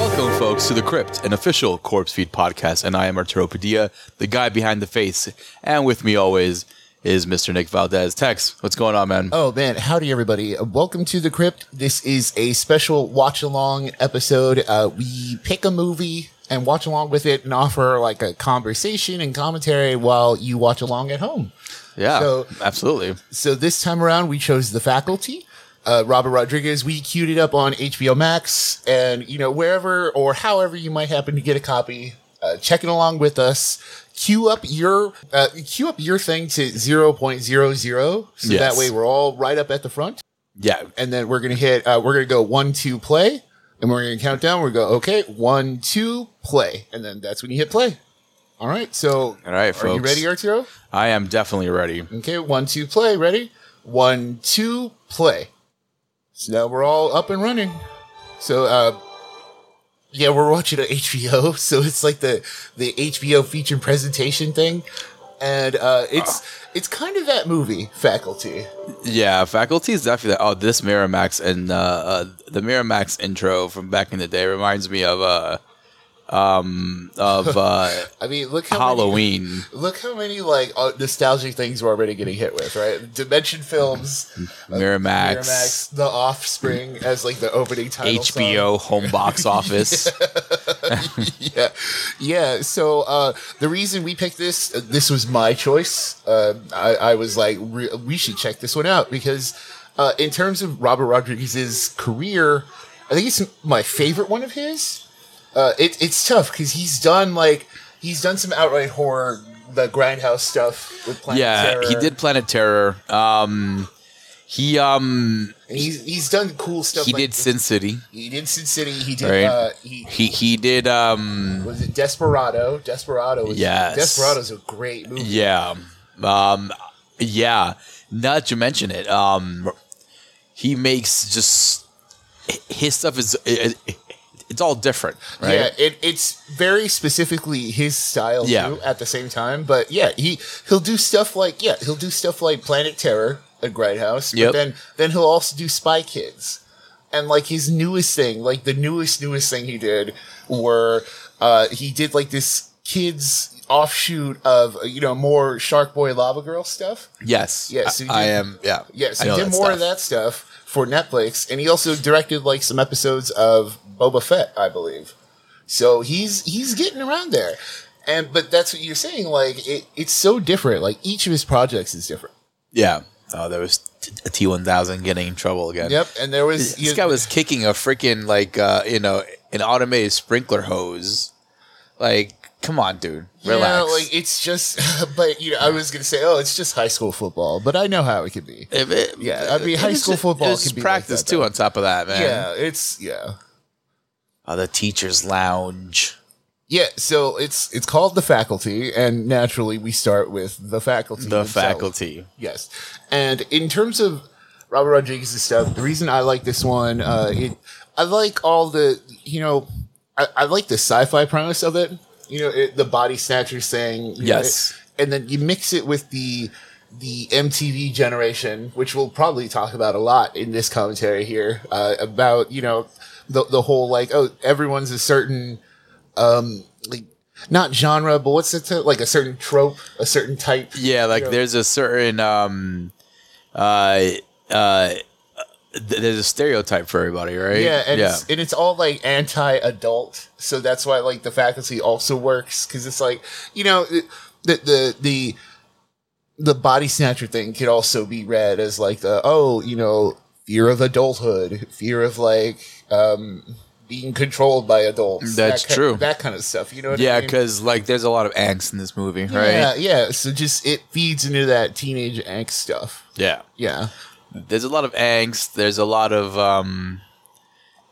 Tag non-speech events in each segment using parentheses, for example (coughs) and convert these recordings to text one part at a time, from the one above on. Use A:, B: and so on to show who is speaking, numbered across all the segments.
A: Welcome, folks, to The Crypt, an official Corpse Feed podcast, and I am Arturo Padilla, the guy behind the face. And with me always is Mr. Nick Valdez. Tex, what's going on, man?
B: Oh man, howdy everybody. Welcome to The Crypt. This is a special watch along episode. Uh, we pick a movie and watch along with it and offer like a conversation and commentary while you watch along at home.
A: yeah,
B: so-
A: absolutely.
B: So this time around, we chose The Faculty. Uh, Robert Rodriguez, we queued it up on HBO Max and, you know, wherever or however you might happen to get a copy, uh, check it along with us. Queue up your, uh, queue up your thing to 0.00. So
A: Yes.
B: that way we're all right up at the front.
A: Yeah,
B: and then we're gonna hit uh, we're gonna go one two play and we're gonna count down we're gonna go okay one two play and then that's when you hit play all right so
A: All right,
B: are you
A: folks.
B: ready arturo
A: I am definitely ready.
B: okay one two play ready one two play so now we're all up and running so uh yeah we're watching a hbo (laughs) so it's like the the hbo feature presentation thing and uh it's
A: Ah.
B: it's kind of that movie faculty
A: Yeah, faculty is definitely that. Oh, this Miramax and uh, uh, the Miramax intro from back in the day reminds me of uh, um, of
B: (laughs)
A: uh,
B: i mean look how many-
A: Halloween.
B: Look how many like uh, nostalgic things we're already getting hit with, right? Dimension Films,
A: Mhm. Miramax,
B: Miramax, The Offspring as like the opening title. song.
A: HBO home box office.
B: (laughs) yeah, yeah. So uh, the reason we picked this, uh, this was my choice. Uh, I, I was like, re- we should check this one out because, uh, in terms of Robert Rodriguez's career, I think it's my favorite one of his. Uh, it, it's tough because he's done like he's done some outright horror, the grindhouse stuff with Planet
A: yeah, he
B: Terror.
A: did Planet Terror. Um, he um
B: And he's he's done cool stuff.
A: he
B: like-
A: did Sin City.
B: He did Sin City. He did.
A: Right.
B: Uh, he
A: He he did um
B: was it Desperado. Desperado was.
A: Yes.
B: Desperado's a great movie.
A: yeah um yeah. Now that you mention it, um, he makes just his stuff is it, it- it's all different, right?
B: Yeah, it, it's very specifically his style
A: Yeah.
B: too. At the same time, but yeah, he he'll do stuff like yeah, he'll do stuff like Planet Terror at Grindhouse.
A: Yep.
B: But then then he'll also do Spy Kids, and like his newest thing, like the newest newest thing he did, were uh, he did like this kids offshoot of you know more Shark Boy Lava Girl stuff.
A: Yes.
B: Yeah, so you
A: I, I
B: did-
A: am. Yeah.
B: Yes,
A: I
B: he
A: know
B: did more of
A: stuff.
B: that stuff for Netflix, and he also directed like some episodes of Boba Fett, I believe. So he's he's getting around there, and but that's what you're saying. Like it, it's so different. Like each of his projects is different.
A: Yeah. Oh, there was T one thousand getting in trouble again.
B: Yep, and there was
A: This
B: you-
A: guy was kicking a freaking like uh, you know an automated sprinkler hose. Like, come on, dude,
B: you know,
A: relax.
B: like it's just, (laughs) but you know, I was gonna say, oh, it's just high school football, but I know how it can be.
A: If it-
B: Yeah, I mean, high
A: it's
B: school
A: just-
B: football
A: it's
B: can be like
A: practice
B: that,
A: too.
B: though.
A: On top of that, man.
B: Yeah, it's yeah.
A: Oh, the teachers' lounge.
B: Yeah, so it's it's called the faculty, and naturally we start with the faculty.
A: The
B: themselves.
A: faculty.
B: Yes. And in terms of Robert Rodriguez's stuff, the reason I like this one, uh, it, I like all the, you know, I, I like the sci fi premise of it. You know, it, the body snatchers thing. you know,
A: Yes.
B: it- and then you mix it with the the MTV generation, which we'll probably talk about a lot in this commentary here, uh, about, you know, the, the whole like, oh, everyone's a certain um, like not genre, but what's it like a certain trope, a certain type.
A: Yeah, like
B: Yeah.
A: there's a certain um, uh, uh, th- there's a stereotype for everybody, right?
B: Yeah, and It's, and it's all like anti-adult, so that's why like the faculty also works because it's like you know the the the the body snatcher thing could also be read as like the oh you know fear of adulthood, fear of like um being controlled by adults.
A: That's
B: that ki-
A: true.
B: That kind of stuff. You know what I
A: Yeah,
B: mean?
A: because like there's a lot of angst in this movie,
B: Yeah,
A: right?
B: yeah. So just it feeds into that teenage angst stuff.
A: Yeah.
B: Yeah.
A: There's a lot of angst. There's a lot of um,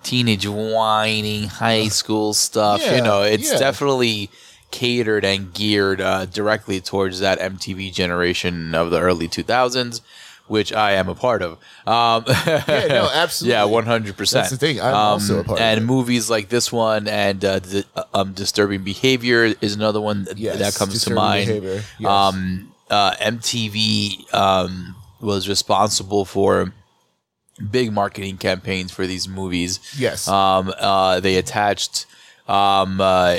A: teenage whining, high school stuff.
B: Yeah,
A: you know, it's
B: yeah.
A: definitely catered and geared uh, directly towards that MTV generation of the early 2000s, which I am a part of. Um,
B: Yeah, no, absolutely.
A: (laughs) Yeah, one hundred percent. Um,
B: That's the thing. I'm also a part of
A: And
B: it.
A: movies like this one and uh, the, uh, um, disturbing behavior is another one th-
B: Yes,
A: that comes to
B: Disturbing
A: mind.
B: Behavior, yes.
A: Um, uh, MTV um, was responsible for big marketing campaigns for these movies.
B: Yes.
A: Um, uh, they attached um, uh,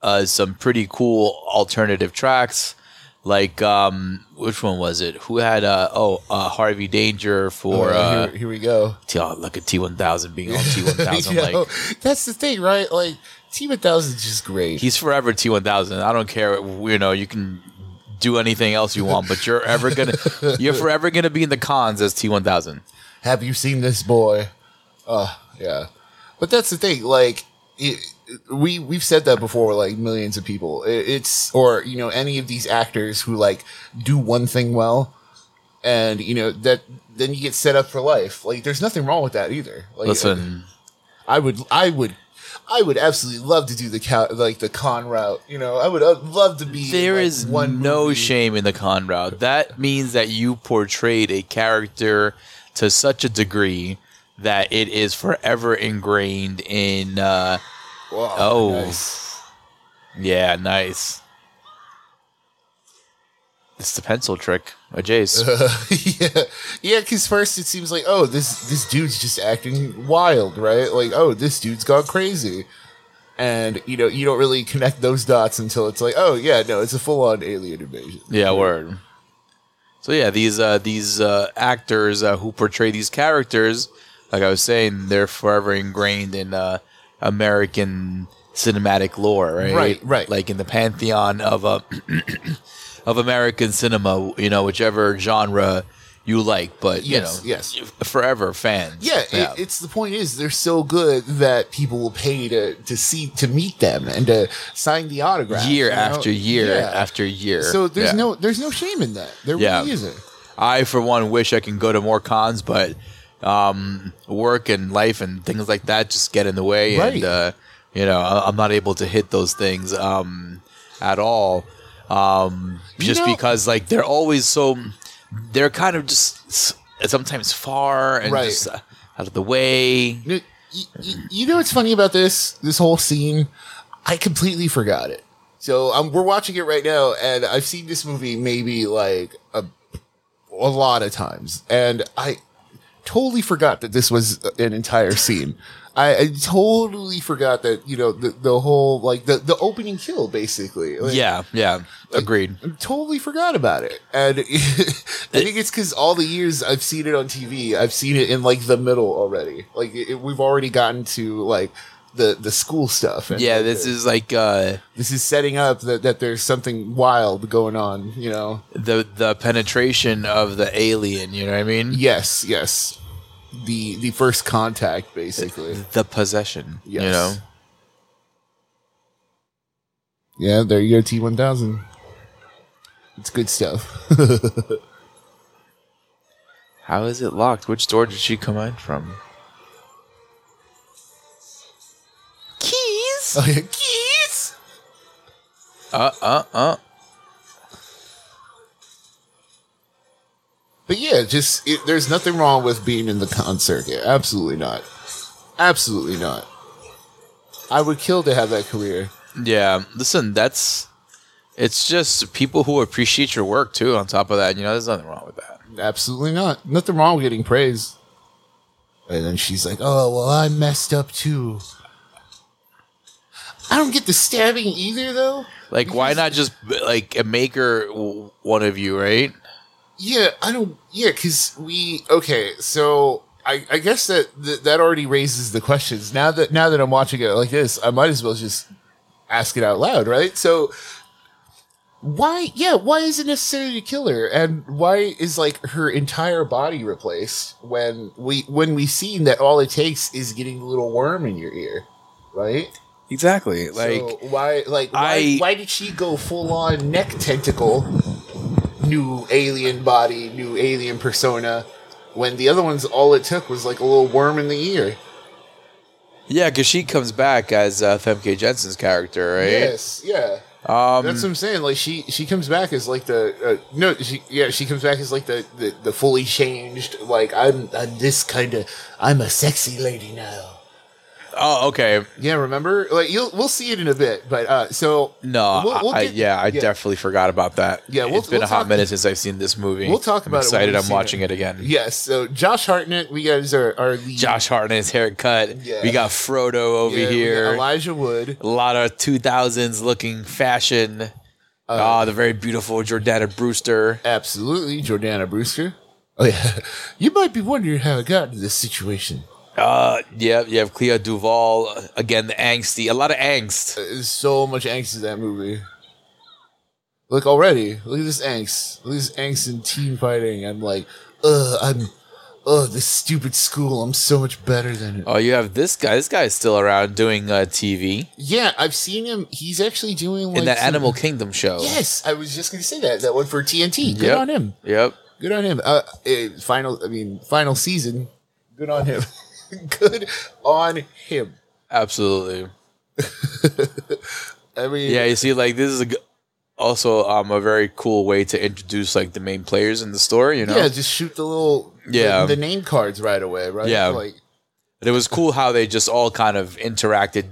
A: uh, some pretty cool alternative tracks. Like um, which one was it? Who had uh, oh uh, Harvey Danger
B: Oh,
A: for uh,
B: here, here we go.
A: T- oh, look at T1000 being on
B: (laughs)
A: T1000.
B: You know,
A: Like
B: that's the thing, right? Like T1000 is just great.
A: he's forever T1000. I don't care. You know, you can do anything else you want, but you're ever
B: (laughs)
A: gonna, you're forever gonna be in the cons as T1000.
B: Have you seen this boy? Uh, yeah. But that's the thing. Like it, we we've said that before. Like millions of people. It, it's or you know any of these actors who like do one thing well, and you know that then you get set up for life. Like there's nothing wrong with that either. Like,
A: Listen,
B: I would, I would, I would absolutely love to do the cow, like the con route. You know, I would uh, love to be. in,
A: there
B: like,
A: is
B: one
A: no
B: movie.
A: shame in the con route. That means that you portrayed a character to such a degree that it is forever ingrained in. Uh,
B: Wow,
A: oh,
B: nice.
A: yeah, nice. It's the pencil trick, Jace.
B: (laughs) yeah, yeah. Because first it seems like, oh, this this dude's just acting wild, right? Like, oh, this dude's gone crazy, and you know, you don't really connect those dots until it's like, oh, yeah, no, it's a full on alien invasion.
A: Yeah, word. So yeah, these uh, these uh, actors uh, who portray these characters, like I was saying, they're forever ingrained in uh, American cinematic lore, right?
B: Right, right.
A: Like in the pantheon of uh, (clears throat) of American cinema, you know, whichever genre you like, but you
B: Yes,
A: know,
B: yes.
A: forever fans.
B: Yeah, It, it's the point is they're so good that people will pay to to see to meet them and to sign the autograph
A: year
B: you know?
A: after year
B: Yeah.
A: after year.
B: So there's
A: Yeah.
B: no there's no shame in that. There
A: Yeah.
B: really isn't.
A: I, for one, wish I can go to more cons, but um, work and life and things like that just get in the way,
B: Right.
A: and uh, you know I- I'm not able to hit those things um, at all. Um,
B: You
A: just
B: know-
A: because like they're always so, they're kind of just s- sometimes far and
B: Right.
A: just uh, out of the way.
B: You, you, you know what's funny about this this whole scene? I completely forgot it. So um, we're watching it right now, and I've seen this movie maybe like a a lot of times, and I totally forgot that this was an entire scene. I, I totally forgot that you know the, the whole like the, the opening kill basically. Like,
A: Yeah, yeah, agreed.
B: totally forgot about it. And (laughs) I think it's because all the years I've seen it on TV, I've seen it in like the middle already. Like it, it- we've already gotten to like the the school stuff. And
A: Yeah,
B: like,
A: this
B: the-
A: is like uh,
B: this is setting up that that there's something wild going on. You know.
A: the the penetration of the alien. You know what I mean?
B: Yes. Yes. The the first contact
A: (laughs)
B: basically.
A: The possession.
B: Yes.
A: You know.
B: Yeah. There you go. T one thousand. It's good stuff. (laughs)
A: How is it locked? Which door did she come in from? Keys.
B: Keys.
A: (laughs) Uh uh uh.
B: But yeah, just it, there's nothing wrong with being in the con circuit. Absolutely not. Absolutely not. I would kill to have that career.
A: Yeah. Listen, that's. It's just people who appreciate your work too. On top of that, you know, there's nothing wrong with that.
B: Absolutely not. Nothing wrong with getting praise. And then she's like, "Oh well, I messed up too." I don't get the stabbing either, though.
A: Like, why not just like make her w- one of you, right?
B: Yeah, I don't. Yeah, because we okay. So I, I guess that that that already raises the questions. Now that now that I'm watching it like this, I might as well just ask it out loud, right? So why yeah why is it necessary to kill her and why is like her entire body replaced when we when we've seen that all it takes is getting the little worm in your ear right
A: Exactly. Like
B: so why like why,
A: I-
B: why did she go full on neck tentacle new alien body new alien persona when the other ones all it took was like a little worm in the ear
A: yeah, because she comes back as uh, Femke Jensen's character, right?
B: yes yeah
A: Um,
B: That's what I'm saying. Like she, she comes back as like the uh, no, she yeah, she comes back as like the the, the fully changed. Like I'm, I'm this kind of, I'm a sexy lady now.
A: oh, okay.
B: Yeah, remember? Like you'll we'll see it in a bit, but uh, so
A: No,
B: we'll, we'll
A: I,
B: get-
A: yeah, I definitely forgot about that.
B: Yeah, we'll-
A: it's been
B: we'll
A: a hot
B: talk-
A: minute since I've seen this movie.
B: We'll talk
A: I'm
B: about it when
A: excited.
B: we
A: I'm
B: see
A: watching
B: it.
A: it, again.
B: Yes, so Josh Hartnett, we guys are our lead.
A: Josh Hartnett's haircut.
B: Yeah.
A: We got Frodo over
B: Yeah, we got
A: here.
B: Elijah Wood.
A: a lot of 2000s looking
B: Uh,
A: fashion. Ah, the very beautiful Jordana Brewster.
B: Absolutely, Jordana Brewster. Oh yeah, (laughs) you might be wondering how I got into this situation.
A: Uh, yeah, you have Clea Duvall. Again, the angsty. A lot of angst.
B: There's so much angst in that movie. Look already. Look at this angst. Look at this angst in team fighting. I'm like, ugh, I'm, ugh, this stupid school. I'm so much better than it.
A: Oh, you have this guy. This guy is still around doing uh, TV
B: Yeah, I've seen him. He's actually doing like
A: in that
B: some-
A: Animal Kingdom show.
B: Yes, I was just gonna say that. That one for TNT. Good
A: Yep.
B: on him.
A: Yep.
B: Good on him. Uh, eh, final. I mean, final season. Good on him. (laughs) Good on him.
A: Absolutely.
B: I mean,
A: Yeah, you see, like this is a g also um a very cool way to introduce like the main players in the story. You know,
B: yeah. Just shoot the little
A: Yeah.
B: the, the name cards right away, right?
A: Yeah.
B: like
A: And it was cool how they just all kind of interacted,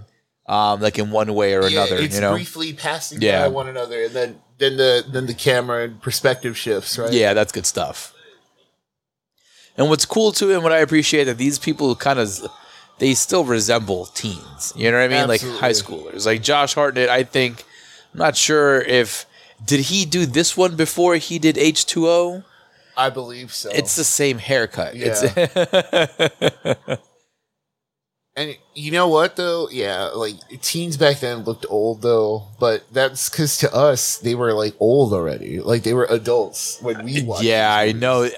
A: um, like in one way or another.
B: It's
A: You know,
B: briefly passing
A: Yeah.
B: by one another, and then then the then the camera and perspective shifts, right?
A: yeah, that's good stuff. And what's cool too, and what I appreciate that these people kind of they still resemble teens. You know what I mean? Like high
B: Absolutely.
A: schoolers. Like Josh Hartnett, I think. I'm not sure if did he do this one before he did H two O.
B: I believe so.
A: It's the same haircut.
B: Yeah.
A: It's (laughs)
B: and you know what though? Yeah, like teens back then looked old though, but that's because to us they were like old already, like they were adults when we watched.
A: Uh, Yeah, I know. (laughs)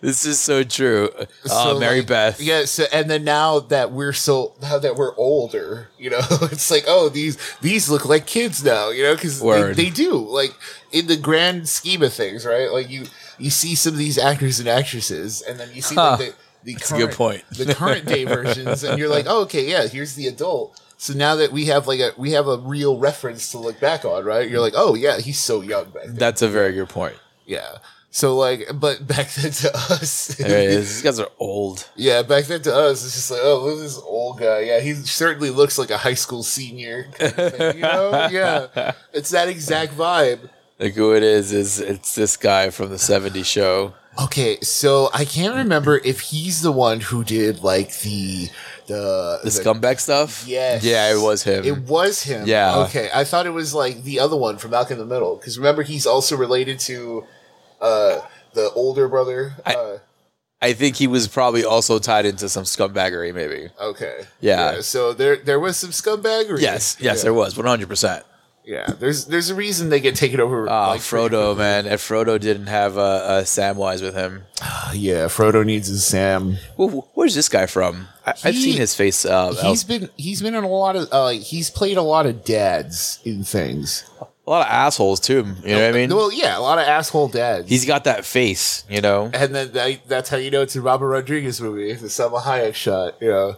A: this is so true.
B: So,
A: oh, Mary
B: like,
A: Beth.
B: Yeah, so and then now that we're so now that we're older, you know, (laughs) it's like oh these these look like kids now, you know, because they,
A: Word.
B: they do like in the grand scheme of things, right? Like you you see some of these actors and actresses, and then you see
A: Huh.
B: like, the the
A: a good
B: current,
A: point.
B: the
A: (laughs)
B: current day versions, and you're like, oh, okay, yeah, here's the adult. So now that we have like a we have a real reference to look back on, right? You're like, oh yeah, he's so young back then.
A: That's a very good point.
B: yeah. So like, but (laughs) back then to us,
A: There it is. These guys are old.
B: yeah, back then to us, it's just like, oh, look at this old guy. Yeah, he certainly looks like a high school senior. kind of thing, you know?
A: (laughs)
B: Yeah. It's that exact vibe.
A: Like who it is is it's this guy from the '70s show.
B: Okay, so I can't remember if he's the one who did like the the,
A: The scumbag stuff.
B: Yes.
A: Yeah, it was him.
B: It was him.
A: Yeah.
B: Okay, I thought it was like the other one from Malcolm in the Middle because remember he's also related to uh the older brother. uh,
A: I think he was probably also tied into some scumbaggery, maybe.
B: okay.
A: Yeah.
B: So there there was some scumbaggery.
A: Yes, yes,
B: Yeah.
A: there was 100. percent
B: Yeah, there's there's a reason they get taken over.
A: Ah,
B: like,
A: Frodo, man. If Frodo didn't have uh, uh, Samwise with him,
B: (laughs) yeah, Frodo needs his Sam.
A: Wh- where's this guy from? I- I've
B: He-
A: seen his face. Uh,
B: He's
A: else-
B: been he's been in a lot of uh, like, he's played a lot of dads in things.
A: a lot of assholes too. You know what I mean?
B: Well, yeah, a lot of asshole dads.
A: He's got that face, you (laughs) know.
B: and then that, that's how you know it's a Robert Rodriguez movie. The Selma Hayek shot, you know.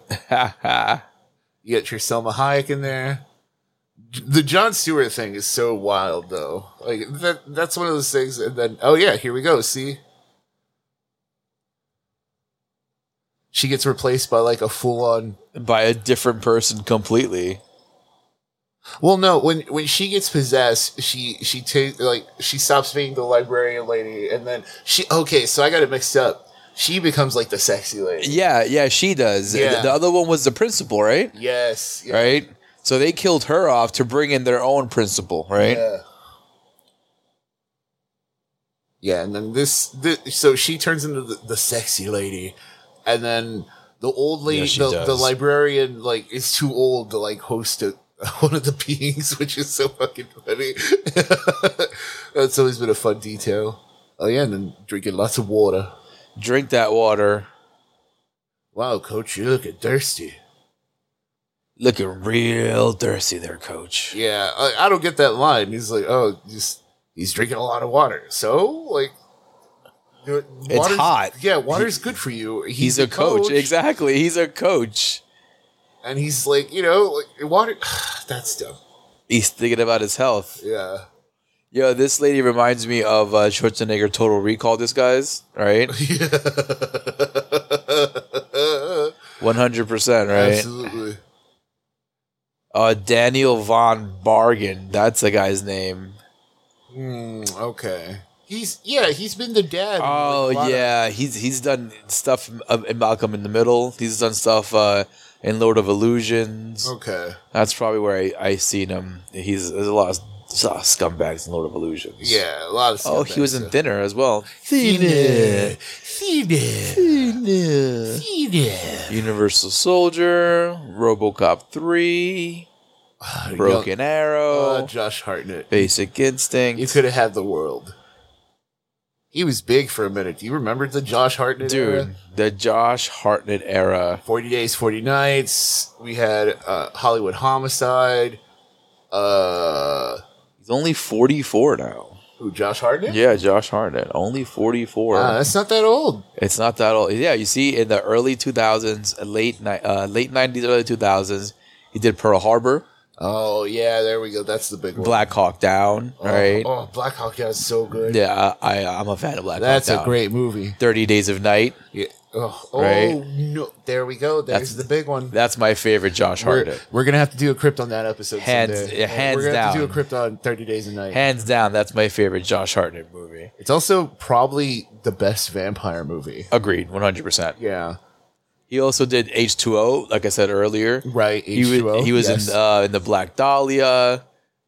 B: You get your Selma Hayek in there. J- The John Stewart thing is so wild, though. Like that, that's one of those things. And then, oh yeah, here we go. See, she gets replaced by like a full-on.
A: By a different person completely.
B: Well, no, when when she gets possessed, she she takes like she stops being the librarian lady, and then she. Okay, so I got it mixed up. She becomes like the sexy lady.
A: Yeah, yeah, she does.
B: Yeah.
A: The- The other one was the principal, right?
B: Yes. yeah,
A: Right? So they killed her off to bring in their own principal, right?
B: Yeah. Yeah, and then this, thi- so she turns into the, the sexy lady, and then the old lady,
A: Yeah, she
B: the, the
A: does.
B: librarian, like is too old to like host a, (laughs) one of the beings, which is so fucking funny. (laughs) That's always been a fun detail. Oh yeah, and then drinking lots of water.
A: Drink that water.
B: Wow, coach, you're looking thirsty.
A: Looking real thirsty there, coach.
B: Yeah, I, I don't get that line. He's like, oh, just he's drinking a lot of water. So like, you know,
A: It's
B: water's-
A: hot.
B: Yeah, water's good for you.
A: He's, a coach. Exactly. He's a coach.
B: and he's like, you know, like water. (sighs) That's dumb.
A: He's thinking about his health.
B: Yeah, (laughs)
A: Yo, this lady reminds me of uh, Schwarzenegger Total Recall. This guy's (laughs) right,
B: yeah,
A: one hundred percent, right?
B: absolutely.
A: Uh, Daniel von Bargen. That's the guy's name.
B: Hmm, okay. He's yeah, he's been the dad. in, like, a
A: Oh
B: lot of-
A: yeah, he's he's done stuff in- uh, in Malcolm in the Middle. He's done stuff uh, in Lord of Illusions.
B: okay.
A: That's probably where I I seen him. He's there's a lot of, there's a lot of scumbags in Lord of Illusions.
B: Yeah, a lot of.
A: Oh, he was in Thinner as well.
B: Thinner. Thinner.
A: Thinner.
B: Thinner.
A: Universal Soldier, RoboCop three, Broken
B: Uh,
A: Arrow,
B: Josh Hartnett.
A: Basic Instinct.
B: You could have had the world. He was big for a minute. Do you remember the Josh Hartnett era?
A: Dude, the Josh Hartnett era.
B: Forty Days, Forty Nights. We had uh, Hollywood Homicide. Uh,
A: He's only 44 now.
B: who? Josh Hartnett.
A: Yeah, Josh Hartnett, only 44.
B: Wow, that's not that old.
A: It's not that old. Yeah, you see, in the early 2000s, late ni- uh, late 90s, early 2000s, he did Pearl Harbor,
B: Oh yeah, there we go. That's the big one.
A: Black Hawk Down,
B: Oh,
A: right?
B: Oh, Black Hawk Down is so good.
A: Yeah, I, I, I'm a fan of Black
B: That's
A: Hawk
B: a
A: Down.
B: great movie.
A: 30 Days of Night.
B: Yeah. Oh,
A: Right?
B: oh, no. There we go. There's
A: That's-
B: the big one.
A: That's my favorite Josh
B: We're,
A: Hartnett.
B: we're gonna have to do a Krypton that episode.
A: Hands-
B: someday.
A: yeah, hands
B: We're gonna have to do
A: down.
B: a Krypton Thirty Days a Night.
A: Hands down, that's my favorite Josh Hartnett movie.
B: it's also probably the best vampire movie.
A: Agreed, 100%.
B: Yeah.
A: He also did H2O, like I said earlier.
B: Right.
A: He was,
B: H2O,
A: he was
B: yes.
A: in, uh, in the Black Dahlia.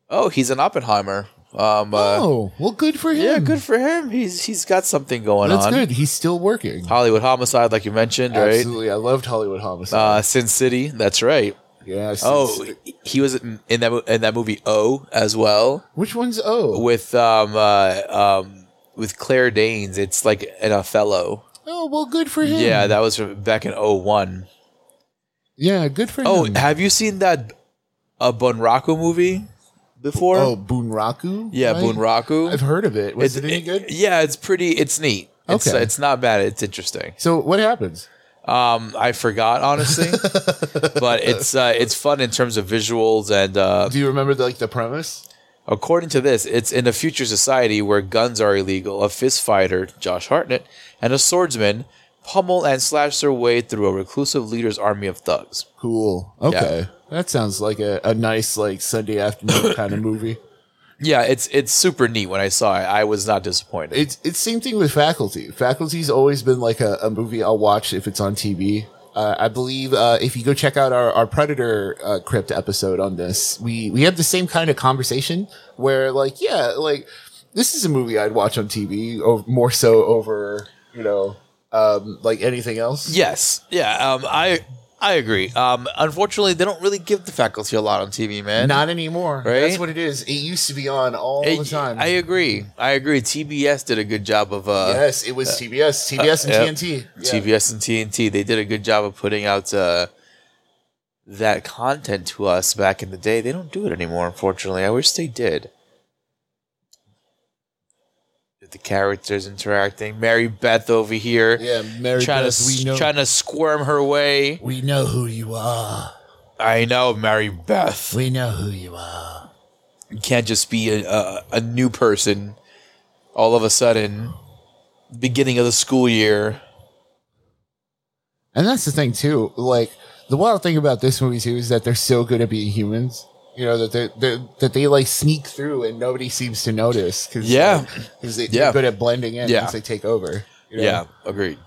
A: Oh, he's an Oppenheimer. Um, uh,
B: oh well, good for him.
A: Yeah, good for him. He's he's got something going
B: That's
A: on.
B: good. He's still working.
A: Hollywood Homicide, like you mentioned, right?
B: Absolutely. I loved Hollywood Homicide.
A: Uh, Sin City, that's right.
B: yeah. I've seen-
A: Oh, he was in in that mo- in that movie O as well
B: which one's Oh?
A: with um uh, um with Claire Danes. It's like an Othello.
B: Oh well, good for him.
A: Yeah, that was from back in 01.
B: Yeah. Good for
A: Oh,
B: him.
A: have you seen that a Bunraku movie before?
B: oh, Boonraku.
A: yeah,
B: right?
A: Bunraku.
B: I've heard of it. Was it
A: It's-
B: any good?
A: Yeah, it's pretty. It's neat. It's,
B: Okay.
A: it's not bad. It's interesting.
B: So what happens?
A: Um, I forgot honestly, but it's uh, it's fun in terms of visuals and uh,
B: Do you remember the, like the premise?
A: according to this, it's in a future society where guns are illegal. A fist fighter, Josh Hartnett, and a swordsman pummel and slash their way through a reclusive leader's army of thugs.
B: Cool. Okay, that sounds like a, a nice like Sunday
A: (coughs)
B: afternoon kind of movie.
A: Yeah, it's it's super neat. When I saw it, I was not disappointed.
B: It's it's same thing with Faculty. Faculty's always been like a, a movie I'll watch if it's on TV. Uh, I believe uh, if you go check out our, our Predator uh, Crypt episode on this, we we had the same kind of conversation where like yeah like this is a movie I'd watch on TV or more so over you know um, like anything else.
A: yes, yeah, um, I I agree. Um, unfortunately, they don't really give the faculty a lot on TV, man.
B: Not anymore.
A: Right?
B: That's what it is. It used to be on all
A: I,
B: the time.
A: I agree. I agree. TBS did a good job of uh,
B: yes, it was TBS, TBS
A: yeah.
B: and TNT. Yeah.
A: TBS and TNT. They did a good job of putting out uh, that content to us back in the day. They don't do it anymore, unfortunately. I wish they did. The characters interacting. Mary Beth over here,
B: Yeah, Mary
A: trying
B: Beth,
A: to
B: we know
A: trying to squirm her way.
B: we know who you are.
A: I know Mary Beth.
B: We know who you are.
A: You can't just be a, a, a new person all of a sudden. Beginning of the school year.
B: And that's the thing too. Like the wild thing about this movie too is that they're so good at being humans. You know that they they're- that they like sneak through and nobody seems to notice. Cause,
A: Yeah.
B: because they,
A: Yeah.
B: they're good at blending in
A: Yeah.
B: once they take over. you know?
A: yeah agreed.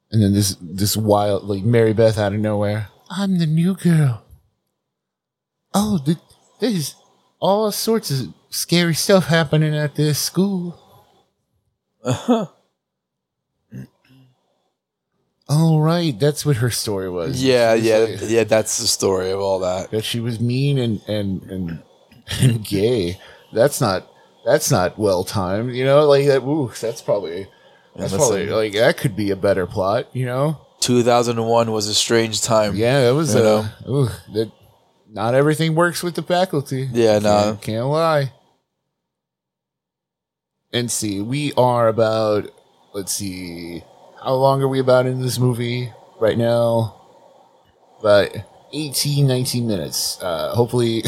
B: (laughs) and then this this wild like Mary Beth out of nowhere. I'm the new girl. Oh, th- there's all sorts of scary stuff happening at this school. Oh right, that's what her story was.
A: Yeah,
B: She was
A: yeah,
B: like-
A: yeah. That's the story of all that.
B: that she was mean and and and, and gay. That's not that's not well timed, you know. Like that. Ooh, that's probably that's
A: listen.
B: probably like that could be a better plot, you know.
A: 2001 was a strange time.
B: Yeah, that was
A: You
B: uh, ooh, that. Not everything works with the faculty.
A: Yeah, no.
B: Can't- can't lie. And see, we are about. Let's see, how long are we about in this movie right now? About 18, 19 minutes. Uh, hopefully, (laughs)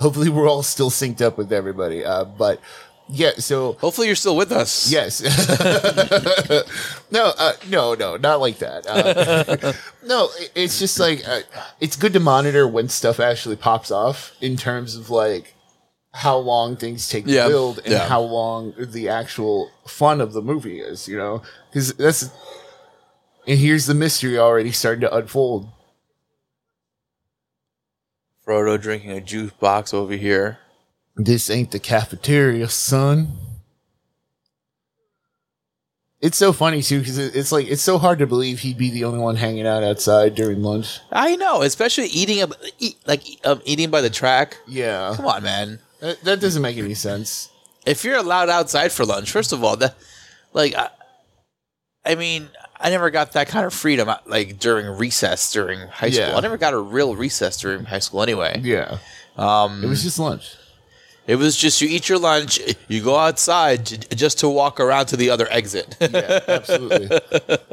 B: hopefully we're all still synced up with everybody. Uh, but yeah, so
A: Hopefully, you're still with us.
B: Yes. (laughs) no, uh, no, no, not like that. Uh, (laughs) no, it- it's just like uh, it's good to monitor when stuff actually pops off in terms of like how long things take
A: Yeah.
B: to build and
A: Yeah.
B: how long the actual fun of the movie is. You know, because that's and here's the mystery already starting to unfold.
A: Frodo drinking a juice box over here.
B: This ain't the cafeteria, son. It's so funny too because it's like it's so hard to believe he'd be the only one hanging out outside during lunch.
A: I know, especially eating up, eat, like um, eating by the track.
B: Yeah,
A: Come on, man.
B: that, that doesn't make any sense.
A: If you're allowed outside for lunch, first of all, that like, I, I mean, I never got that kind of freedom uh, like during recess during high school.
B: Yeah.
A: I never got a real recess during high school anyway.
B: Yeah,
A: Um,
B: it was just lunch.
A: It was just you eat your lunch, you go outside j- just to walk around to the other exit. (laughs)
B: Yeah, absolutely.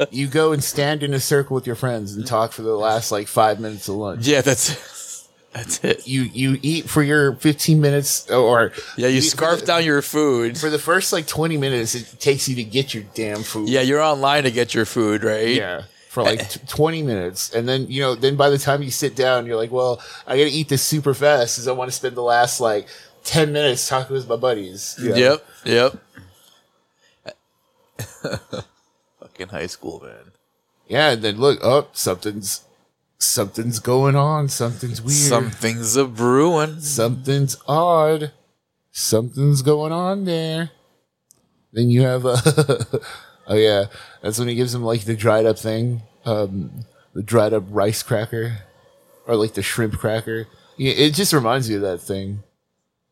B: you go and stand in a circle with your friends and talk for the last like five minutes of lunch.
A: yeah, that's that's it.
B: You you eat for your fifteen minutes or
A: Yeah, you
B: eat for
A: scarf
B: the-
A: down your food.
B: for the first like twenty minutes it takes you to get your damn food.
A: Yeah, you're online to get your food, right?
B: Yeah. For like (laughs) t- 20 minutes. And then, you know, then by the time you sit down, you're like, well, I got to eat this super fast because I want to spend the last like 10 minutes talking with my buddies. Yeah.
A: Yep. Yep. (laughs) Fucking high school, man.
B: Yeah. And then look, oh, something's, something's going on. Something's weird.
A: Something's a brewing.
B: something's odd. Something's going on there. Then you have (laughs) a, oh yeah, that's when he gives him like the dried up thing, um, the dried up rice cracker, or like the shrimp cracker. Yeah, it just reminds me of that thing.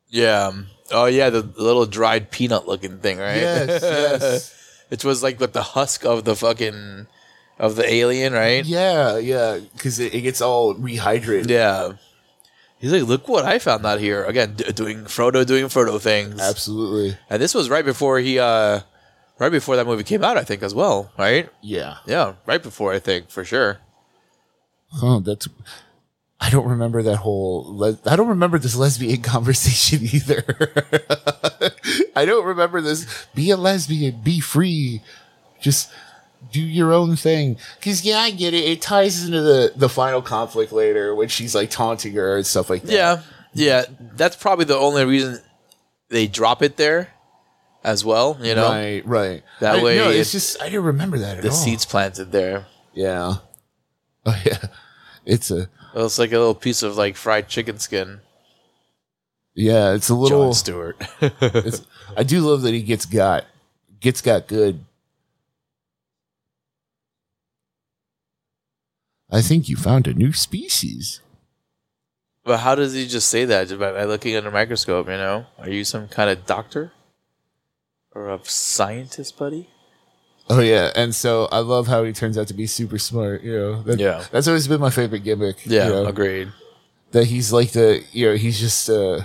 A: Yeah. Oh yeah, the little dried peanut looking thing, right?
B: (laughs)
A: (laughs)
B: Yes, yes,
A: Which was like with the husk of the fucking of the alien, right?
B: yeah, yeah, because it, it gets all rehydrated.
A: Yeah. He's like, look what I found out here. Again, d- doing Frodo doing Frodo things.
B: Absolutely.
A: And this was right before he, uh, right before that movie came out, I think, as well, right?
B: Yeah.
A: Yeah, right before, I think, for sure.
B: Huh. That's. I don't remember that whole. Le- I don't remember this lesbian (laughs) conversation either. (laughs) I don't remember this. Be a lesbian. Be free. Just do your own thing. Cause yeah, I get it. It ties into the the final conflict later when she's like taunting her and stuff like that.
A: Yeah, yeah. That's probably the only reason they drop it there as well, you know?
B: Right. Right.
A: That
B: I-
A: way
B: No, it's
A: it-
B: just I didn't remember that at
A: The
B: all.
A: seeds planted there.
B: Yeah. (laughs) Oh yeah. It's a
A: It was like a little piece of like fried chicken skin.
B: yeah. It's a little.
A: John Stewart.
B: It's- I do love that he gets got. Gets got good. I think you found a new species.
A: but how does he just say that? Just by, by looking under a microscope, you know? Are you some kind of doctor? Or a scientist, buddy?
B: Oh yeah, and so I love how he turns out to be super smart. You know, That-
A: Yeah.
B: that's always been my favorite gimmick. you
A: Yeah,
B: know,
A: agreed.
B: that he's like the you know he's just uh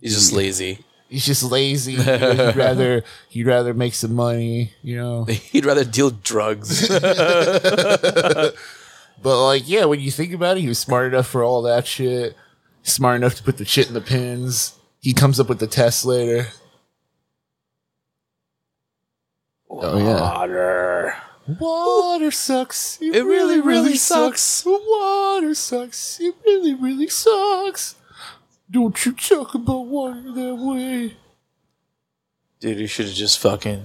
A: He's just lazy. (laughs)
B: he's just lazy. you know, he'd rather he'd rather make some money. You know,
A: He'd rather deal (laughs) drugs.
B: But like, yeah, when you think about it, he was smart enough for all that shit. Smart enough to put the shit in the pins. He comes up with the test later. Oh yeah.
A: Water.
B: Water sucks. It,
A: really, really sucks.
B: Water sucks. It really, really sucks. Don't you talk about water that way.
A: Dude, you should have just fucking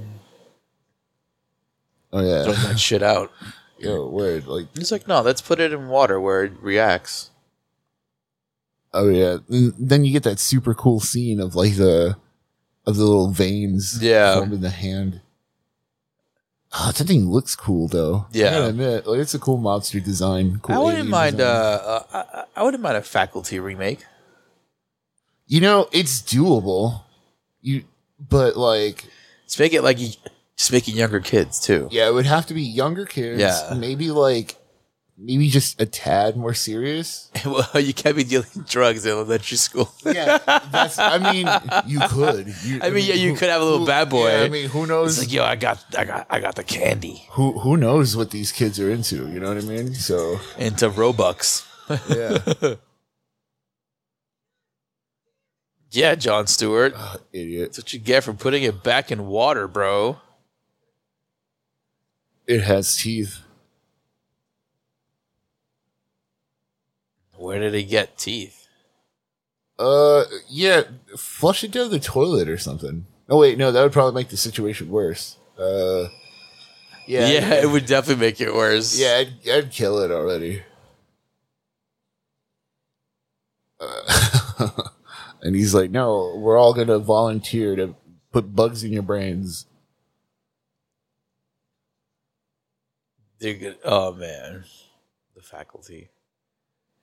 B: Oh
A: thrown
B: (laughs) yeah.
A: that shit out.
B: Yo, word. Like
A: He's like, no, let's put it in water where it reacts.
B: oh yeah. And then you get that super cool scene of like the of the little veins
A: Yeah.
B: formed in the hand. Oh, that thing looks cool though. I
A: Yeah.
B: gotta admit, like, it's a cool monster design. Cool
A: I wouldn't
B: 80s
A: mind. Uh,
B: design.
A: uh, I- I, I wouldn't mind a faculty remake.
B: you know, it's doable. You, but like,
A: Just make it like you, just make it younger kids too. (laughs)
B: yeah, it would have to be younger kids.
A: Yeah.
B: maybe like, maybe just a tad more serious.
A: well, you can't be dealing drugs in elementary school.
B: Yeah, that's. I mean, you
A: (laughs)
B: could. You,
A: I mean, yeah, you could have a little
B: who-
A: bad boy.
B: yeah, I mean, who knows?
A: It's like, yo, I got, I got, I got the candy
B: who who knows what these kids are into? You know what I mean? So
A: into Robux.
B: (laughs) yeah,
A: Yeah, John Stewart.
B: Ah, idiot.
A: That's what you get for putting it back in water, bro.
B: It has teeth.
A: Where did he get teeth?
B: Uh, yeah, flush it down the toilet or something. Oh wait, no, that would probably make the situation worse. Uh,
A: Yeah,
B: yeah, yeah,
A: it would definitely make it worse.
B: yeah I'd, I'd kill it already. Uh, (laughs) and he's like, "No, we're all gonna volunteer to put bugs in your brains."
A: They're good. Oh man, the faculty.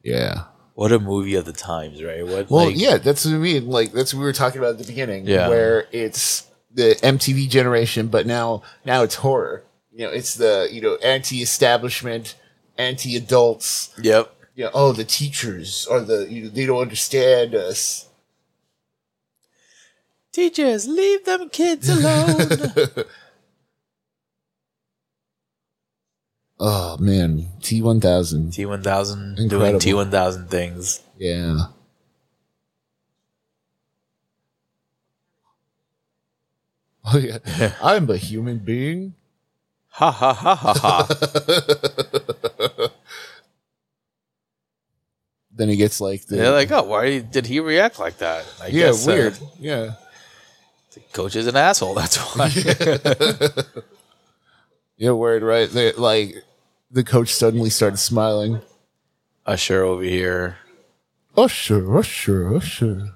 B: Yeah.
A: What a movie of the times, right? What?
B: Well,
A: like-
B: yeah, that's what I mean. Like that's what we were talking about at the beginning,
A: Yeah.
B: where it's the MTV generation, but now now it's horror. You know, it's the you know anti-establishment, anti-adults.
A: Yep.
B: You know, oh, the teachers or the you know, they don't understand us.
A: Teachers, leave them kids alone.
B: (laughs) oh man, T one
A: (laughs)
B: thousand.
A: T one thousand doing
B: Incredible.
A: T one thousand things.
B: Yeah. Oh yeah,
A: (laughs)
B: I'm a human being.
A: Ha ha ha ha (laughs) ha.
B: (laughs) then he gets like the
A: They're like, oh, why did he react like that? I
B: yeah
A: guess, uh,
B: weird yeah
A: the coach is an asshole. That's (laughs) why.
B: yeah weird right they, like the coach suddenly started smiling
A: Usher over here.
B: usher usher usher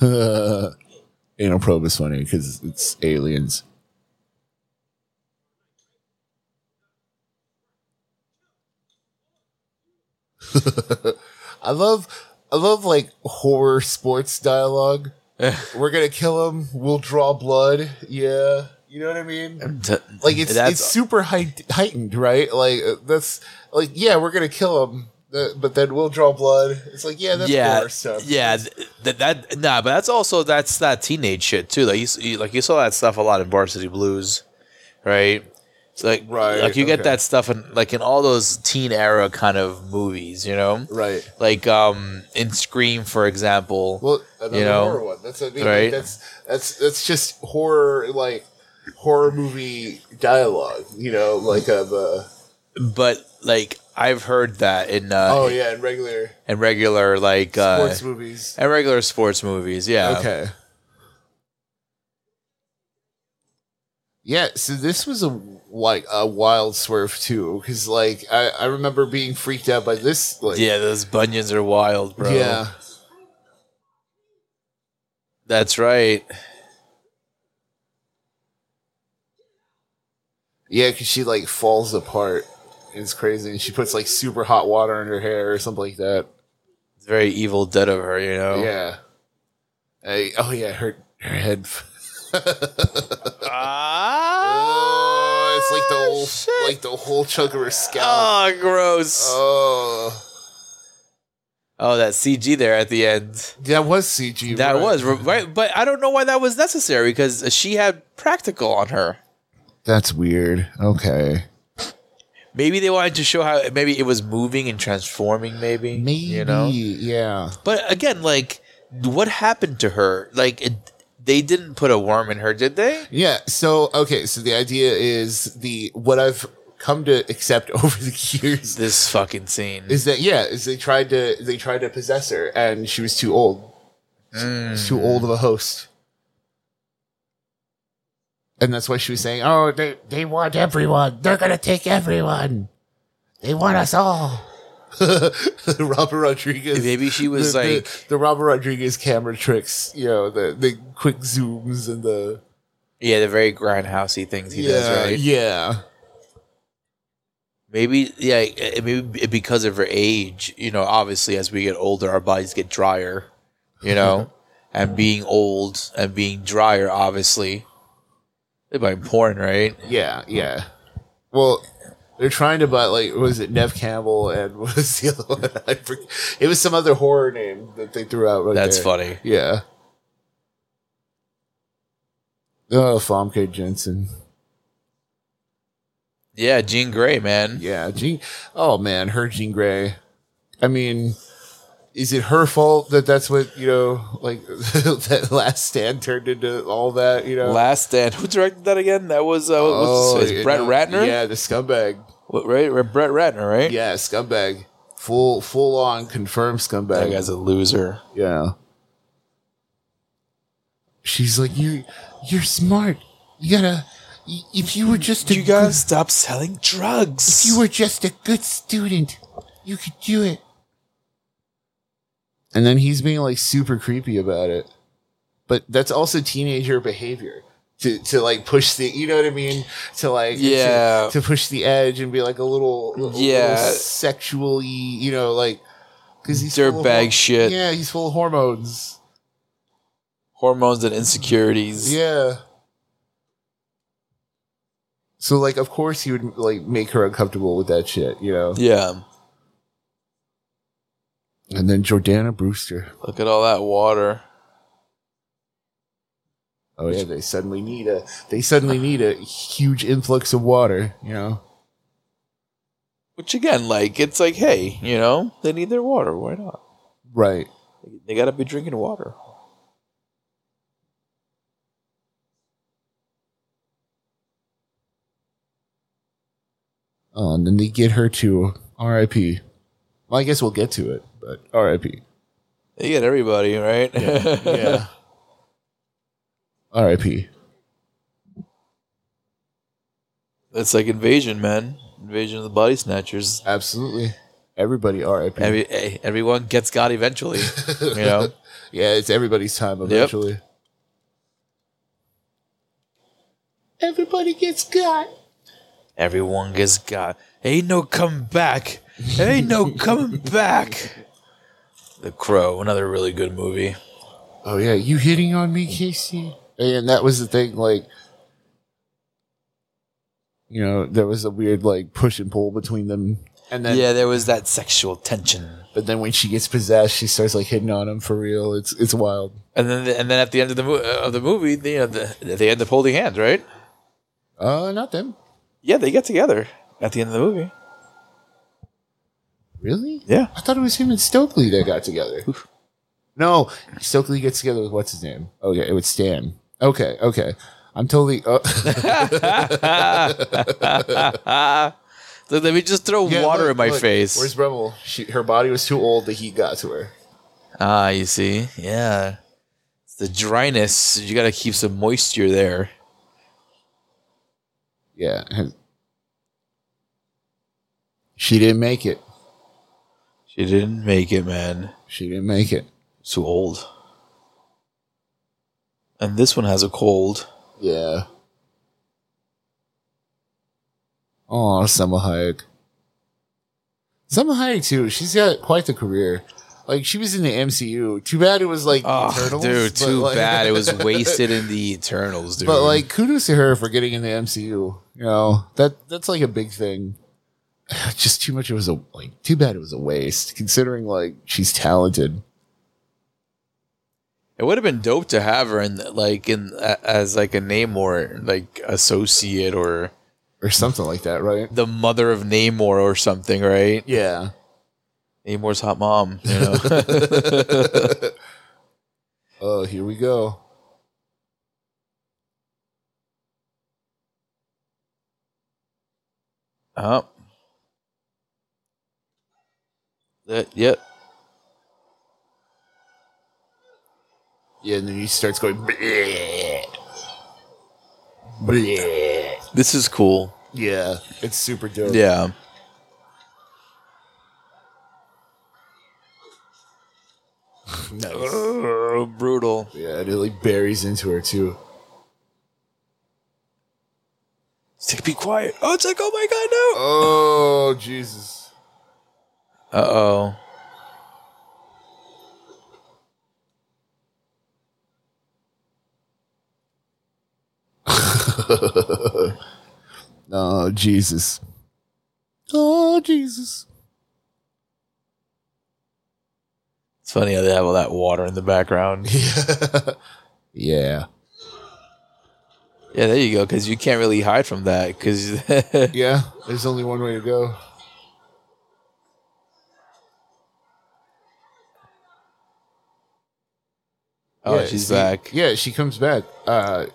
B: Uh, anal probe is funny because it's aliens (laughs) i love i love like horror sports dialogue we're gonna kill him. We'll draw blood. Yeah, you know what I mean. Like it's it's super height- heightened, right? Like uh, that's like yeah, we're gonna kill him, uh, but then we'll draw blood. It's like yeah, that's
A: yeah,
B: horror stuff.
A: yeah. th- That, that nah, but that's also that's that teenage shit too. Like you, s- you like you saw that stuff a lot in Varsity Blues, right? It's like
B: Right,
A: like you get
B: okay.
A: that stuff in like in all those teen era kind of movies, you know?
B: right.
A: Like um in Scream, for example.
B: Well, another
A: You know,
B: horror one. That's what I mean.
A: right?
B: Like, that's that's that's just horror like horror movie dialogue. You know, like of uh,
A: but like I've heard that in uh,
B: oh yeah, in regular
A: in regular like uh,
B: sports movies.
A: in regular sports movies, yeah.
B: Okay. Yeah, so this was a like a wild swerve too, because like I, I remember being freaked out by this. Like,
A: Yeah, those bunions are wild, bro.
B: yeah,
A: that's right.
B: yeah, because she like falls apart. It's crazy, and she puts like super hot water in her hair or something like that.
A: It's very evil dead of her, you know.
B: Yeah. I, oh yeah, her her head. (laughs)
A: Ah!
B: oh, it's like the whole
A: shit.
B: like the whole chunk of her scalp.
A: Oh, gross. Oh.
B: Oh.
A: that CG there at the end.
B: That was CG.
A: That
B: right?
A: was right, but I don't know why that was necessary because she had practical on her.
B: That's weird. Okay.
A: Maybe they wanted to show how maybe it was moving and transforming. Maybe
B: Maybe.
A: you know.
B: Yeah.
A: But again, like, what happened to her? Like, it, they didn't put a worm in her, did they?
B: Yeah. So okay. So the idea is the what I've come to accept (laughs) over the years
A: This fucking scene.
B: is that yeah is they tried to they tried to possess her and she was too old, She's too old of a host. And that's why she was saying, "Oh, they they want everyone. They're gonna take everyone. They want us all." (laughs) Robert Rodriguez.
A: Maybe she was
B: the,
A: like,
B: the, the Robert Rodriguez camera tricks. You know the the quick zooms and the
A: yeah, the very grindhousey things he
B: yeah
A: does, right?
B: yeah
A: Maybe, yeah, it- maybe because of her age, you know, obviously as we get older, our bodies get drier, you
B: (laughs)
A: know, and being old and being drier, obviously. They buy porn, right?
B: yeah yeah. Well, they're trying to buy like was it Nev Campbell and (laughs) what was the other one? I forget. It was some other horror name that they threw out. Right
A: That's
B: there.
A: funny.
B: Yeah. Oh, Famke Jensen.
A: Yeah, Jean Grey, man.
B: Yeah, Jean. Oh man, her Jean Grey. I mean, is it her fault that that's what you know? Like (laughs) that Last Stand turned into all that. You know,
A: Last Stand. Who directed that again? That was uh, what's his face?
B: you
A: Brett
B: know,
A: Ratner.
B: Oh, Yeah, the scumbag.
A: What, right? Or Brett Ratner, right?
B: Yeah, scumbag. Full, full on confirmed
A: That
B: scumbag.
A: guy's a loser.
B: yeah. She's like you. You're smart. You gotta. y- If you were just a
A: You
B: good-
A: gotta stop selling drugs.
B: you were just a good student. You could do it. And then he's being like super creepy about it. But that's also teenager behavior. To, to like push the you know what I mean to like to-
A: Yeah.
B: to, push the edge and be like a little, a little
A: Yeah.
B: sexually you know like because he's full of
A: Dirtbag
B: hor-
A: shit.
B: yeah he's full of hormones
A: Hormones and insecurities.
B: yeah so like of course he would like make her uncomfortable with that shit you know
A: Yeah.
B: And then Jordana Brewster.
A: Look at all that water.
B: Oh yeah, they suddenly need a they suddenly need a huge influx of water, you know.
A: Which again, like, it's like, hey, you know, they need their water. Why not?
B: Right.
A: They gotta be drinking water.
B: Oh, and then they get her to R.I.P. Well, I guess we'll get to it, but (laughs) R.I.P.
A: They get everybody, right? (laughs)
B: R.I.P.
A: it's like invasion, man. Invasion of the body snatchers.
B: Absolutely. Everybody R.I.P.
A: Every, eh, everyone gets got eventually. You know?
B: yeah, it's everybody's time eventually. Everybody gets got.
A: Everyone gets got. Ain't no coming back. Ain't no coming back. The Crow, another really good movie.
B: Oh yeah, you hitting on me, Casey? And that was the thing, like you know, there was a weird like push and pull between them. And then
A: yeah, there was that sexual tension.
B: but then when she gets possessed, she starts like hitting on him for real. It's it's wild.
A: And then, and then at the end of the mo- of the movie, they, you know, the, they end up holding hands, right?
B: Uh not them.
A: Yeah, they get together at the end of the movie.
B: Really?
A: Yeah,
B: I thought it was him and Stokely that got together. No, Stokely gets together with what's his name? Oh yeah, it was Stan. Okay, okay. I'm totally uh, (laughs)
A: let, let me just throw
B: yeah,
A: water
B: look,
A: in my
B: look. Where's
A: face.
B: Bremmel? She, her body was too old. The heat got to her.
A: Ah, you see, yeah, it's the dryness. You got to keep some moisture there.
B: Yeah. She didn't make it.
A: She didn't make it, man.
B: She didn't make it.
A: Too old. And this one has a cold.
B: Yeah. Oh, Selma Hayek. Selma Hayek too. She's got quite the career. Like she was in the MCU. Too bad it was like the
A: Oh,
B: Eternals,
A: dude,
B: but,
A: too
B: like-
A: bad. It
B: (laughs)
A: was wasted in the Eternals, dude.
B: But like, kudos to her for getting in the MCU. You know that that's like a big thing. (sighs) Just too much. It was a like. Too bad it was a waste. Considering like she's talented.
A: It would have been dope to have her in like in a- as like a Namor like associate or
B: or something like that, right?
A: the mother of Namor or something, right?
B: Yeah.
A: Namor's hot mom, you know.
B: (laughs)
A: (laughs)
B: Oh, here we go.
A: uh, that yep.
B: Yeah, and then he starts going. Bleh. Bleh.
A: This is cool.
B: Yeah, it's super dope.
A: Yeah. Brr, brutal.
B: Yeah, and it like buries into her too.
A: It's like, be quiet. Oh, it's like, oh my god,
B: Oh Jesus!
A: no. Uh oh.
B: Oh Jesus! Oh (laughs) Jesus!
A: It's funny how they have all that water in the background.
B: yeah.
A: Yeah, there you go. Because you can't really hide from that. (laughs) Because yeah,
B: Yeah. There's only one way to go.
A: oh,
B: Yeah,
A: Oh, she's
B: see-
A: back.
B: Yeah, she comes back. Uh,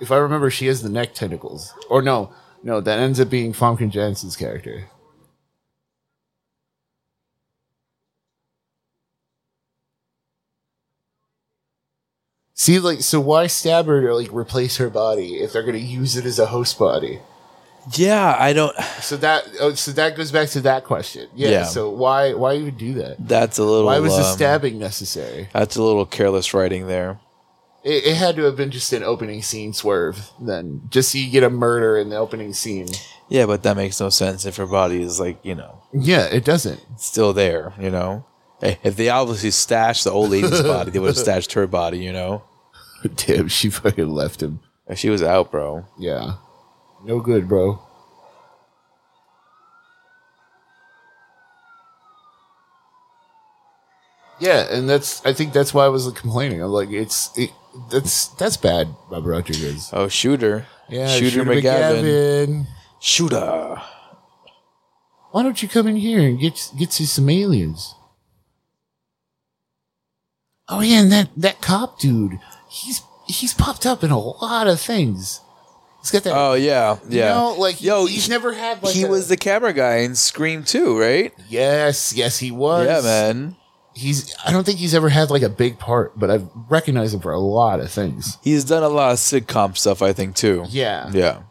B: if I remember, she has the neck tentacles. Or no, no, that ends up being Famke Janssen's character. See, like, so why stab her to like replace her body if they're gonna use it as a host body?
A: Yeah, I don't.
B: So that, oh, so that goes back to that question. Yeah.
A: Yeah.
B: So why, why even do that?
A: That's a little.
B: Why was the
A: um,
B: stabbing necessary?
A: That's a little careless writing there.
B: It, it had to have been just an opening scene swerve, then. Just so you get a murder in the opening scene.
A: Yeah, but that makes no sense if her body is like you know
B: Yeah, it doesn't. (laughs)
A: still there. You know, Hey, if they obviously stashed the old lady's body, they would
B: (laughs)
A: have stashed her body. You know,
B: Damn, she fucking left him.
A: if she was out, bro.
B: Yeah. No good, bro. Yeah, and that's I think that's why I was complaining. I'm like, it's it, that's that's bad, Robert Rodriguez.
A: Oh, shooter.
B: Yeah,
A: shooter,
B: Shooter
A: McGavin.
B: McGavin.
A: Shooter.
B: Why don't you come in here and get get you some aliens? Oh yeah, and that that cop dude, he's he's popped up in a lot of things. He's got that.
A: Oh yeah,
B: you
A: yeah.
B: know, like
A: Yo,
B: yo, he's never had like
A: he
B: a-
A: was the camera guy in Scream 2, right?
B: yes, yes, he was.
A: Yeah, man.
B: He's I don't think he's ever had like a big part, but I've recognized him for a lot of things.
A: He's done a lot of sitcom stuff, I think, too.
B: Yeah,
A: Yeah.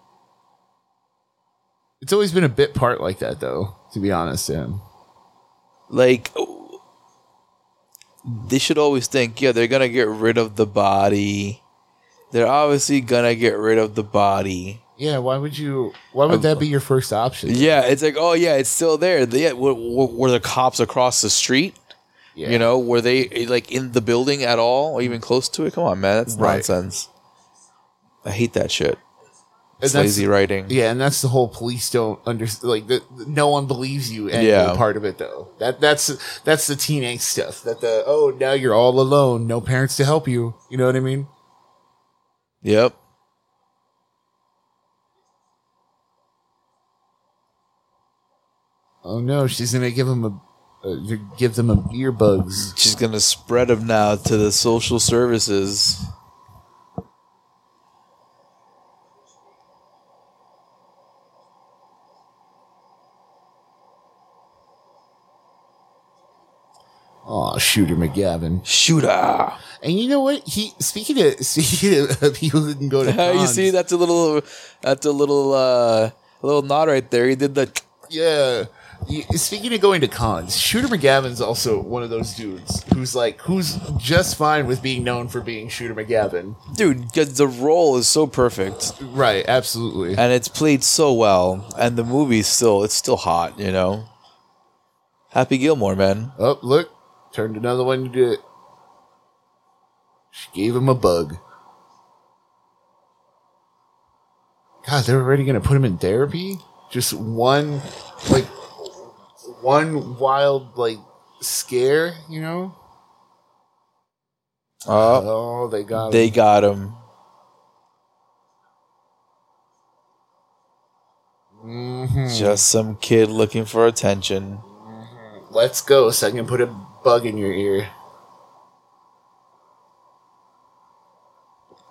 B: it's always been a bit part like that, though. To be honest, to him.
A: Like, they should always think, yeah, they're going to get rid of the body. They're obviously going to get rid of the body.
B: Yeah, why would you? Why
A: Um,
B: would that be your first option?
A: Yeah, it's like, oh, yeah, it's still there. The- Yeah, were, were were the cops across the street?
B: Yeah.
A: You know, were they eh, like in the building at all or even close to it? Come on, man. That's
B: Right.
A: nonsense. I hate that shit.
B: And
A: It's
B: that's-
A: lazy writing.
B: Yeah, and that's the whole police don't understand. Like, the, the- no one believes you. And
A: Yeah.
B: part of it though. That that's that's the teen angst stuff. That the oh now you're all alone, no parents to help you. You know what I mean?
A: Yep.
B: Oh no, she's gonna give them a uh, give them a ear bugs.
A: She's gonna spread them now to the social services.
B: Oh, shooter McGavin.
A: Shooter.
B: And you know what? He speaking of (laughs) speaking of people who can go to
A: (laughs) (laughs)
B: cons,
A: you see, that's a little, that's a little, uh, little nod right there. He did the.
B: Yeah. Y- Speaking of going to cons, Shooter McGavin's also one of those dudes who's like who's just fine with being known for being Shooter McGavin.
A: Dude, 'cause the role is so perfect,
B: Right, absolutely.
A: and it's played so well, and the movie's still, it's still hot, you know. Happy Gilmore, man.
B: Oh, look, turned another one to do it. She gave him a bug. God, they're already gonna put him in therapy. Just one, like, one wild like scare, you know?
A: Oh,
B: Oh, they got.
A: they
B: Him.
A: got him.
B: Mhm.
A: Just some kid looking for attention.
B: Let's go, so I can put a bug in your ear.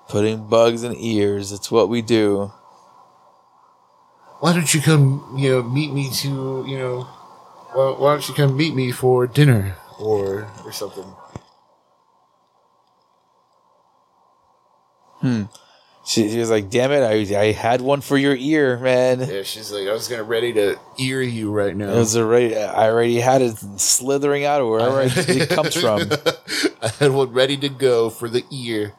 A: Putting bugs in ears. It's what we do.
B: Why don't you come? You know, meet me to you know. Why, why don't you come meet me for dinner or or something?
A: She, she was like, "Damn it! I, I had one for your ear, man. It
B: Yeah, she's like, I was gonna ready to ear you right now.
A: was already I already had it slithering out of wherever it,
B: (laughs)
A: it comes from."
B: I had one ready to go for the ear.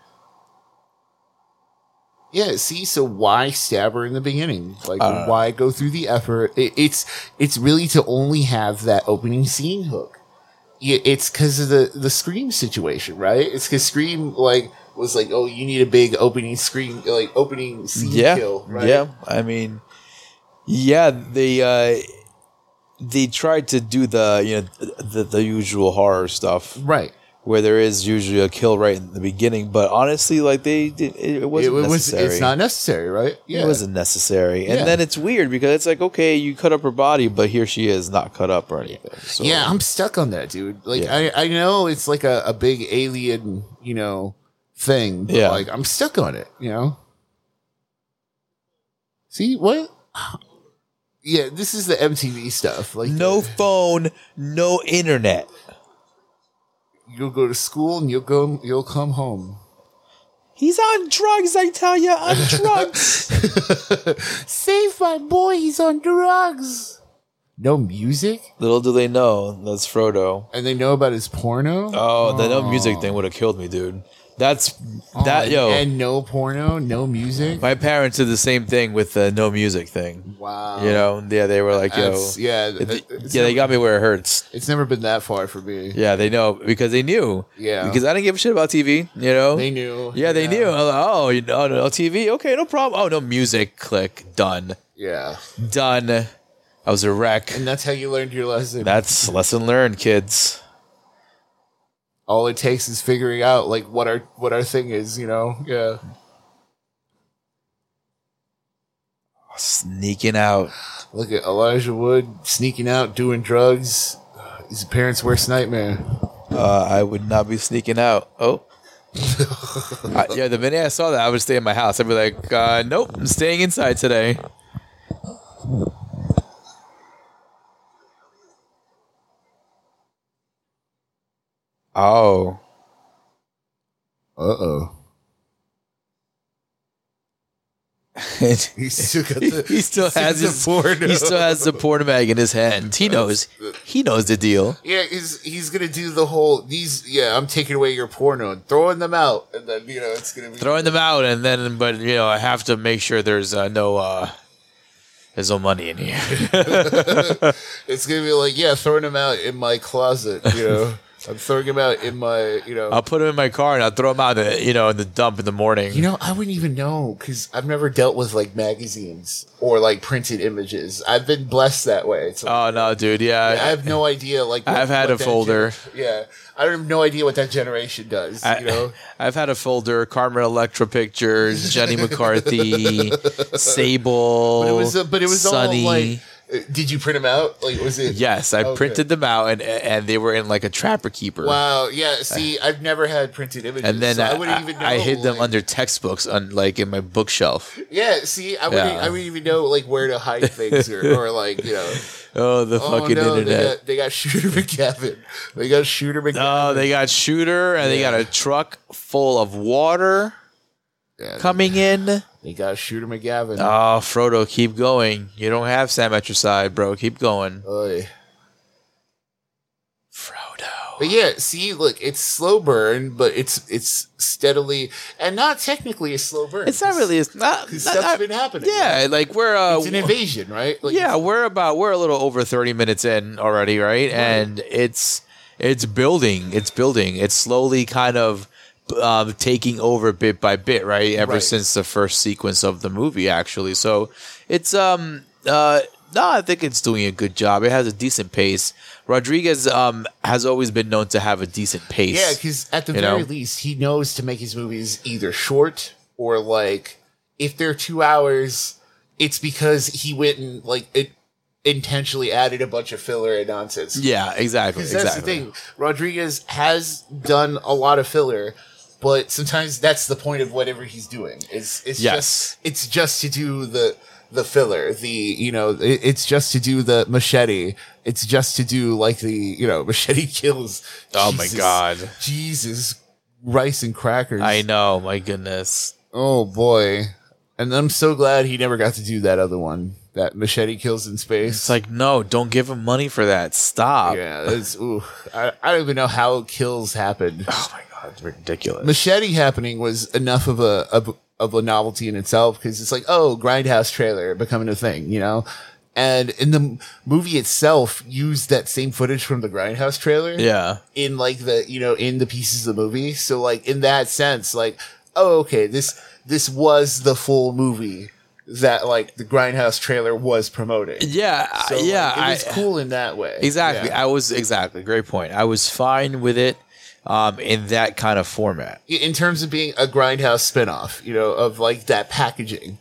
B: Yeah, see, so why stab her in the beginning? Like,
A: Uh,
B: why go through the effort? It, it's it's really to only have that opening scene hook. Yeah, it's because of the the scream situation, right? It's because scream like was like, oh, you need a big opening scream, like opening scene
A: yeah,
B: kill, right?
A: yeah. I mean, yeah, they uh, they tried to do the you know the, the usual horror stuff
B: right.
A: where there is usually a kill right in the beginning, but honestly, like they did, it, it wasn't
B: it, was.
A: necessary.
B: It's not necessary, right?
A: It wasn't necessary, and
B: Yeah.
A: then it's weird because it's like, okay, you cut up her body, but here she is not cut up or anything. So,
B: Yeah, I'm stuck on that, dude. Like,
A: Yeah.
B: I, I know it's like a, a big alien, you know, thing. But
A: Yeah.
B: Like, I'm stuck on it, you know? See, what? Yeah, this is the MTV stuff. Like, uh,
A: no
B: the-
A: phone, no internet.
B: you'll go to school and you'll go, you'll come home. (laughs)
A: He's on drugs, I tell you, on drugs.
B: Save my boy, he's on drugs. No music?
A: Little do they know that's Frodo.
B: And they know about his porno?
A: Oh, the no music thing would have killed me, dude. That's that yo.
B: Oh, And no porno, no music?
A: my parents did the same thing with the no music thing.
B: Wow.
A: You know, yeah, they were like, yo,
B: Oh. That's- yeah,
A: it-
B: it- it's
A: yeah, they
B: never-
A: got me where it hurts.
B: It's never been that far for me.
A: Yeah, they know because they knew.
B: Yeah.
A: because I didn't give a shit about TV. You know,
B: They knew.
A: Yeah, they knew. I'm like, oh, you know, no TV. Okay, no problem. Oh, no music. Click. Done.
B: Yeah.
A: Done. I was a wreck.
B: And that's how you learned your lesson.
A: That's lesson learned, kids.
B: All it takes is figuring out like what our what our thing is, you know? Yeah.
A: Sneaking out.
B: Look at Elijah Wood sneaking out, doing drugs. His parents' worst nightmare.
A: Uh, I would not be sneaking out.
B: (laughs)
A: Oh. I, yeah, the minute I saw that, I would stay in my house. I'd be like, uh, nope, I'm staying inside today. Oh. (laughs)
B: Uh oh. He still
A: (laughs)
B: got the
A: he still has
B: the
A: his
B: porno.
A: he still has the porn bag in his hand. He knows he knows the deal.
B: Yeah, he's he's gonna do the whole these yeah, I'm taking away your porno and throwing them out and then you know it's gonna be
A: Throwing them out and then, but you know, I have to make sure there's uh, no uh, there's no money in here.
B: it's gonna be like, yeah, throwing them out in my closet, you know. (laughs) I'm throwing them out in my you know
A: I'll put them in my car and I'll throw them out, uh, you know, in the dump in the morning.
B: You know, I wouldn't even know because I've never dealt with like magazines or like printed images. I've been blessed that way. It's like,
A: oh no, dude, yeah.
B: I have no idea. Like, what-
A: I've had
B: what
A: a
B: that
A: folder.
B: gen- yeah, I have no idea what that generation does.
A: I, (laughs)
B: you know,
A: I've had a folder: Carmen Electra pictures,
B: (laughs)
A: Jenny McCarthy, Sable.
B: but it was, uh, but it was
A: Sunny.
B: all like, uh, did you print them out? Like, was it?
A: yes, I
B: Okay.
A: printed them out, and and they were in like a trapper keeper.
B: Wow. Yeah. See, I've never had printed images,
A: and then
B: so I
A: I,
B: wouldn't even. Know,
A: I hid them
B: like-
A: under textbooks on like in my bookshelf.
B: Yeah. See, I wouldn't.
A: Yeah.
B: I wouldn't even know like where
A: (laughs)
B: to hide things or, or like you know.
A: Oh, the
B: Oh
A: fucking
B: no! They
A: internet!
B: got, they got (laughs) Shooter McGavin. They got Shooter McGavin.
A: oh, they got shooter and
B: Yeah.
A: they got a truck full of water
B: Yeah,
A: coming in.
B: They got Shooter McGavin.
A: Oh, Frodo, keep going. You don't have Sam at your side, bro. Keep going,
B: Oy.
A: Frodo.
B: But yeah, see, look, it's slow burn, but it's it's steadily and not technically a slow burn.
A: It's not really. It's not.
B: because
A: not-
B: stuff's
A: not-
B: been happening.
A: yeah, like we're uh,
B: it's an invasion, right? Like,
A: yeah, we're about we're a little over 30 minutes in already, right? And it's it's building, it's building. It's slowly kind of um, taking over bit by bit, right? Ever
B: Right.
A: since the first sequence of the movie actually. So, it's um uh no, I think it's doing a good job. It has a decent pace. Rodriguez um has always been known to have a decent pace.
B: yeah, because at the
A: You
B: very
A: know?
B: least, he knows to make his movies either short or like if they're two hours, it's because he went and like it intentionally added a bunch of filler and nonsense.
A: yeah, exactly.
B: 'Cause
A: Exactly.
B: That's the thing. Rodriguez has done a lot of filler, but sometimes that's the point of whatever he's doing. It's it's
A: Yes.
B: just it's just to do the the filler, the you know, it, it's just to do the machete. It's just to do like the you know (laughs) machete kills.
A: Oh my God.
B: Jesus, rice and crackers.
A: I know, my goodness.
B: oh boy. And I'm so glad he never got to do that other one. That machete kills in space.
A: It's like, no, don't give him money for that. Stop.
B: yeah, that's, ooh, I, I don't even know how kills happened.
A: Oh my god, it's ridiculous.
B: Machete happening was enough of a of, of a novelty in itself because it's like, oh, grindhouse trailer becoming a thing, you know. And in the m- movie itself, used that same footage from the grindhouse trailer
A: yeah.
B: in like the you know in the pieces of the movie. So like in that sense, like oh okay, this this was the full movie that like the grindhouse trailer was promoting.
A: Yeah, I-
B: So, like,
A: yeah,
B: it was
A: I-
B: cool in that way.
A: exactly.
B: Yeah.
A: I was exactly great point. I was fine with it um, in that kind of format.
B: in terms of being a grindhouse spinoff, you know, of like that packaging.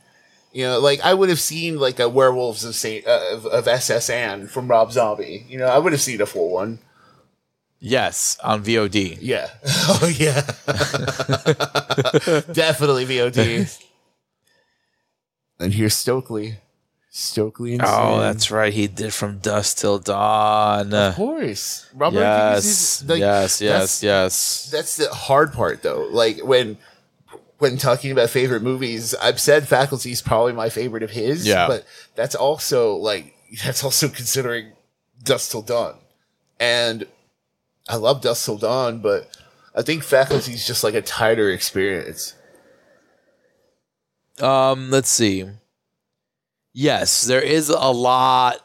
B: You know, like I would have seen like a werewolves of Saint uh, of, of SSN from Rob Zombie. You know, I would have seen a full one.
A: Yes, on VOD.
B: Yeah. (laughs) Oh yeah. Definitely VOD. and here's Stokely. Stokely and
A: Oh,
B: Sam.
A: that's right. He did from dusk till dawn.
B: of course. Robert
A: yes,
B: Rodriguez is, like,
A: yes, yes,
B: that's-
A: yes.
B: That's the hard part though. Like when when talking about favorite movies, I've said Faculty is probably my favorite of his.
A: Yeah.
B: But that's also like that's also considering Dust Till Dawn. And I love Dust Till Dawn, but I think Faculty is just like a tighter experience.
A: Um, let's see. Yes, there is a lot.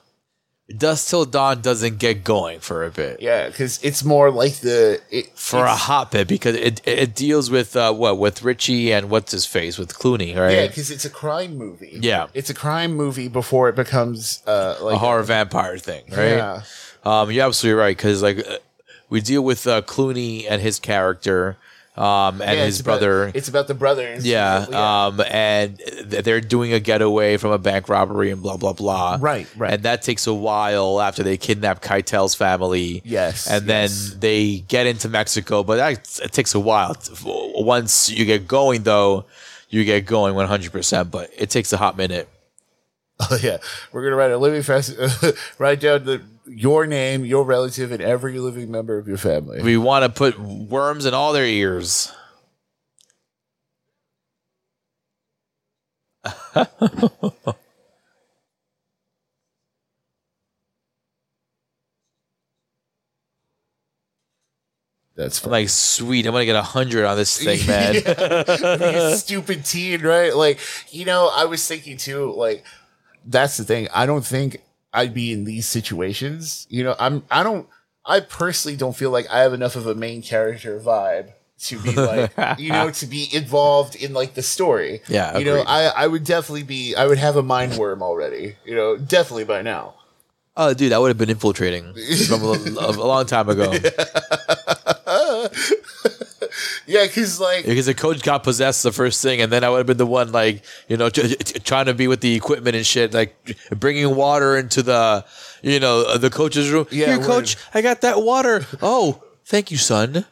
A: Dusk till dawn doesn't get going for a bit.
B: Yeah, because it's more like the it,
A: For a hot bit because it it deals with uh, what with Richie and what's his face with Clooney,
B: yeah,
A: right?
B: because it's a crime movie.
A: Yeah.
B: it's a crime movie before it becomes uh like
A: a horror vampire thing, right?
B: Yeah.
A: Um, you're absolutely right because like uh, we deal with uh, Clooney and his character, um, and
B: Yeah,
A: his
B: it's
A: brother.
B: About, it's about the brothers.
A: yeah, um, and th- they're doing a getaway from a bank robbery and blah blah blah.
B: Right, right.
A: And that takes a while after they kidnap Keitel's family.
B: Yes,
A: and then
B: yes.
A: they get into Mexico, but that it takes a while. Once you get going, though, you get going 100. percent But it takes a hot minute.
B: (laughs) Oh yeah, we're gonna write a living fast. (laughs) write down the your name, your relative, and every living member of your family.
A: We want to put worms in all their ears.
B: That's (laughs)
A: I'm
B: fun.
A: like, sweet, I'm gonna get a hundred on this thing, man.
B: You (laughs) stupid teen, right? Like you know, I was thinking too. Like that's the thing. I don't think I'd be in these situations. You know, I'm. I don't. I personally don't feel like I have enough of a main character vibe to be (laughs) like you know to be involved in like the story.
A: Yeah,
B: you know,
A: agreed.
B: I I would definitely be. I would have a mind worm already. You know, definitely by now.
A: (laughs) Oh, dude, I would have been infiltrating from a, a long time
B: (laughs)
A: ago
B: Yeah, because like
A: because the coach got possessed the first thing, and then I would have been the one like you know t- t- trying to be with the equipment and shit, like bringing water into the you know uh, the coach's room.
B: Yeah,
A: Here,
B: we're-
A: coach, I got that water. Oh, thank you,
B: (laughs)
A: son.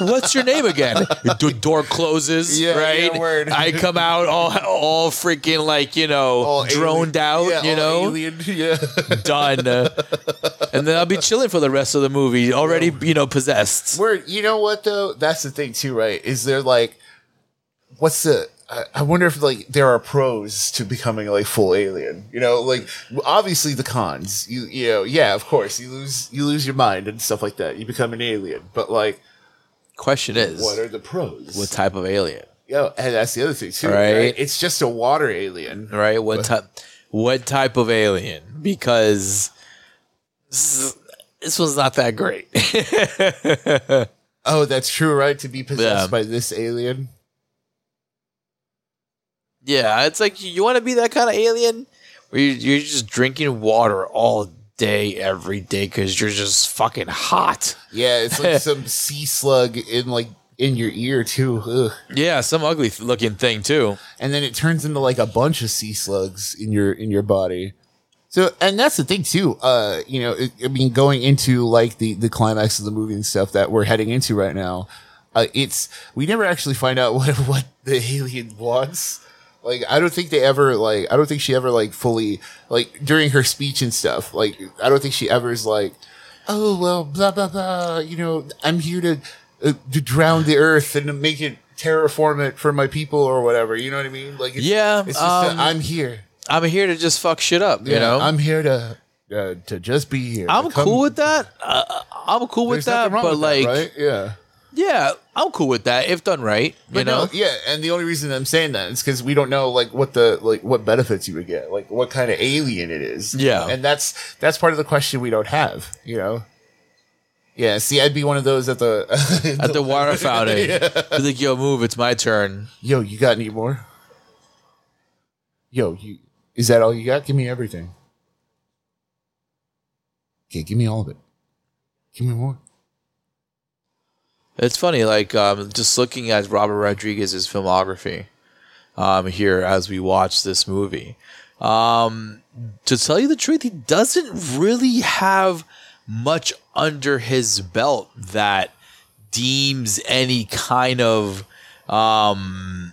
A: What's your name again? D- door closes,
B: Yeah,
A: right?
B: yeah, word.
A: I come out all all freaking like you know droned
B: alien-
A: out,
B: yeah,
A: you
B: all
A: know.
B: alien, (laughs) yeah.
A: done. uh, and then I'll be chilling for the rest of the movie, already, you know, possessed.
B: Where you know what though? That's the thing too, right? Is there like, what's the? I, I wonder if like there are pros to becoming like full alien. You know, like obviously the cons. You you know, yeah, of course you lose you lose your mind and stuff like that. You become an alien, but like,
A: Question is,
B: what
A: what,
B: are the pros?
A: type of alien,
B: Yo, and that's the other thing too,
A: Right.
B: right? It's just a water alien.
A: right? What type, what type of alien? Because s- this one's not that great. (laughs)
B: Oh, that's true, right? To be possessed
A: Yeah.
B: by this alien.
A: yeah, it's like you want to be that kind of alien where you, you're just drinking water all day, every day, because you're just fucking hot.
B: Yeah, it's
A: (laughs)
B: like some sea slug in like in your ear too. Ugh.
A: Yeah, some ugly looking thing too.
B: and then it turns into like a bunch of sea slugs in your in your body. So, and that's the thing too. Uh, you know, it, I mean, going into like the the climax of the movie and stuff that we're heading into right now, uh, it's we never actually find out (laughs) what what the alien wants. Like, I don't think they ever like. I don't think she ever like fully like during her speech and stuff. Like, I don't think she ever is like, oh well, blah blah blah. You know, I'm here to uh, to drown the earth and to make it terraform it for my people or whatever. You know what I mean? Like, it's,
A: Yeah,
B: it's just that
A: um,
B: I'm here.
A: I'm here to just fuck shit up. you know,
B: I'm here to uh, to just be here.
A: I'm
B: To come-
A: cool with that. Uh, uh, I'm cool with
B: There's nothing
A: that.
B: wrong
A: But
B: with
A: like,
B: right? yeah.
A: yeah, I'm cool with that if done right. you
B: But
A: know,
B: no, yeah, and the only reason I'm saying that is because we don't know like what the like what benefits you would get, like what kind of alien it is.
A: Yeah.
B: and that's that's part of the question we don't have. You know. Yeah. See, I'd be one of those at the (laughs)
A: at the water fountain, be like, "Yo, move! It's my turn."
B: Yo, you got any more? Yo, you is that all you got? Give me everything. Okay, give me all of it. Give me more.
A: It's funny, like um, just looking at Robert Rodriguez's filmography um, here as we watch this movie. Um, to tell you the truth, he doesn't really have much under his belt that deems any kind of. Um,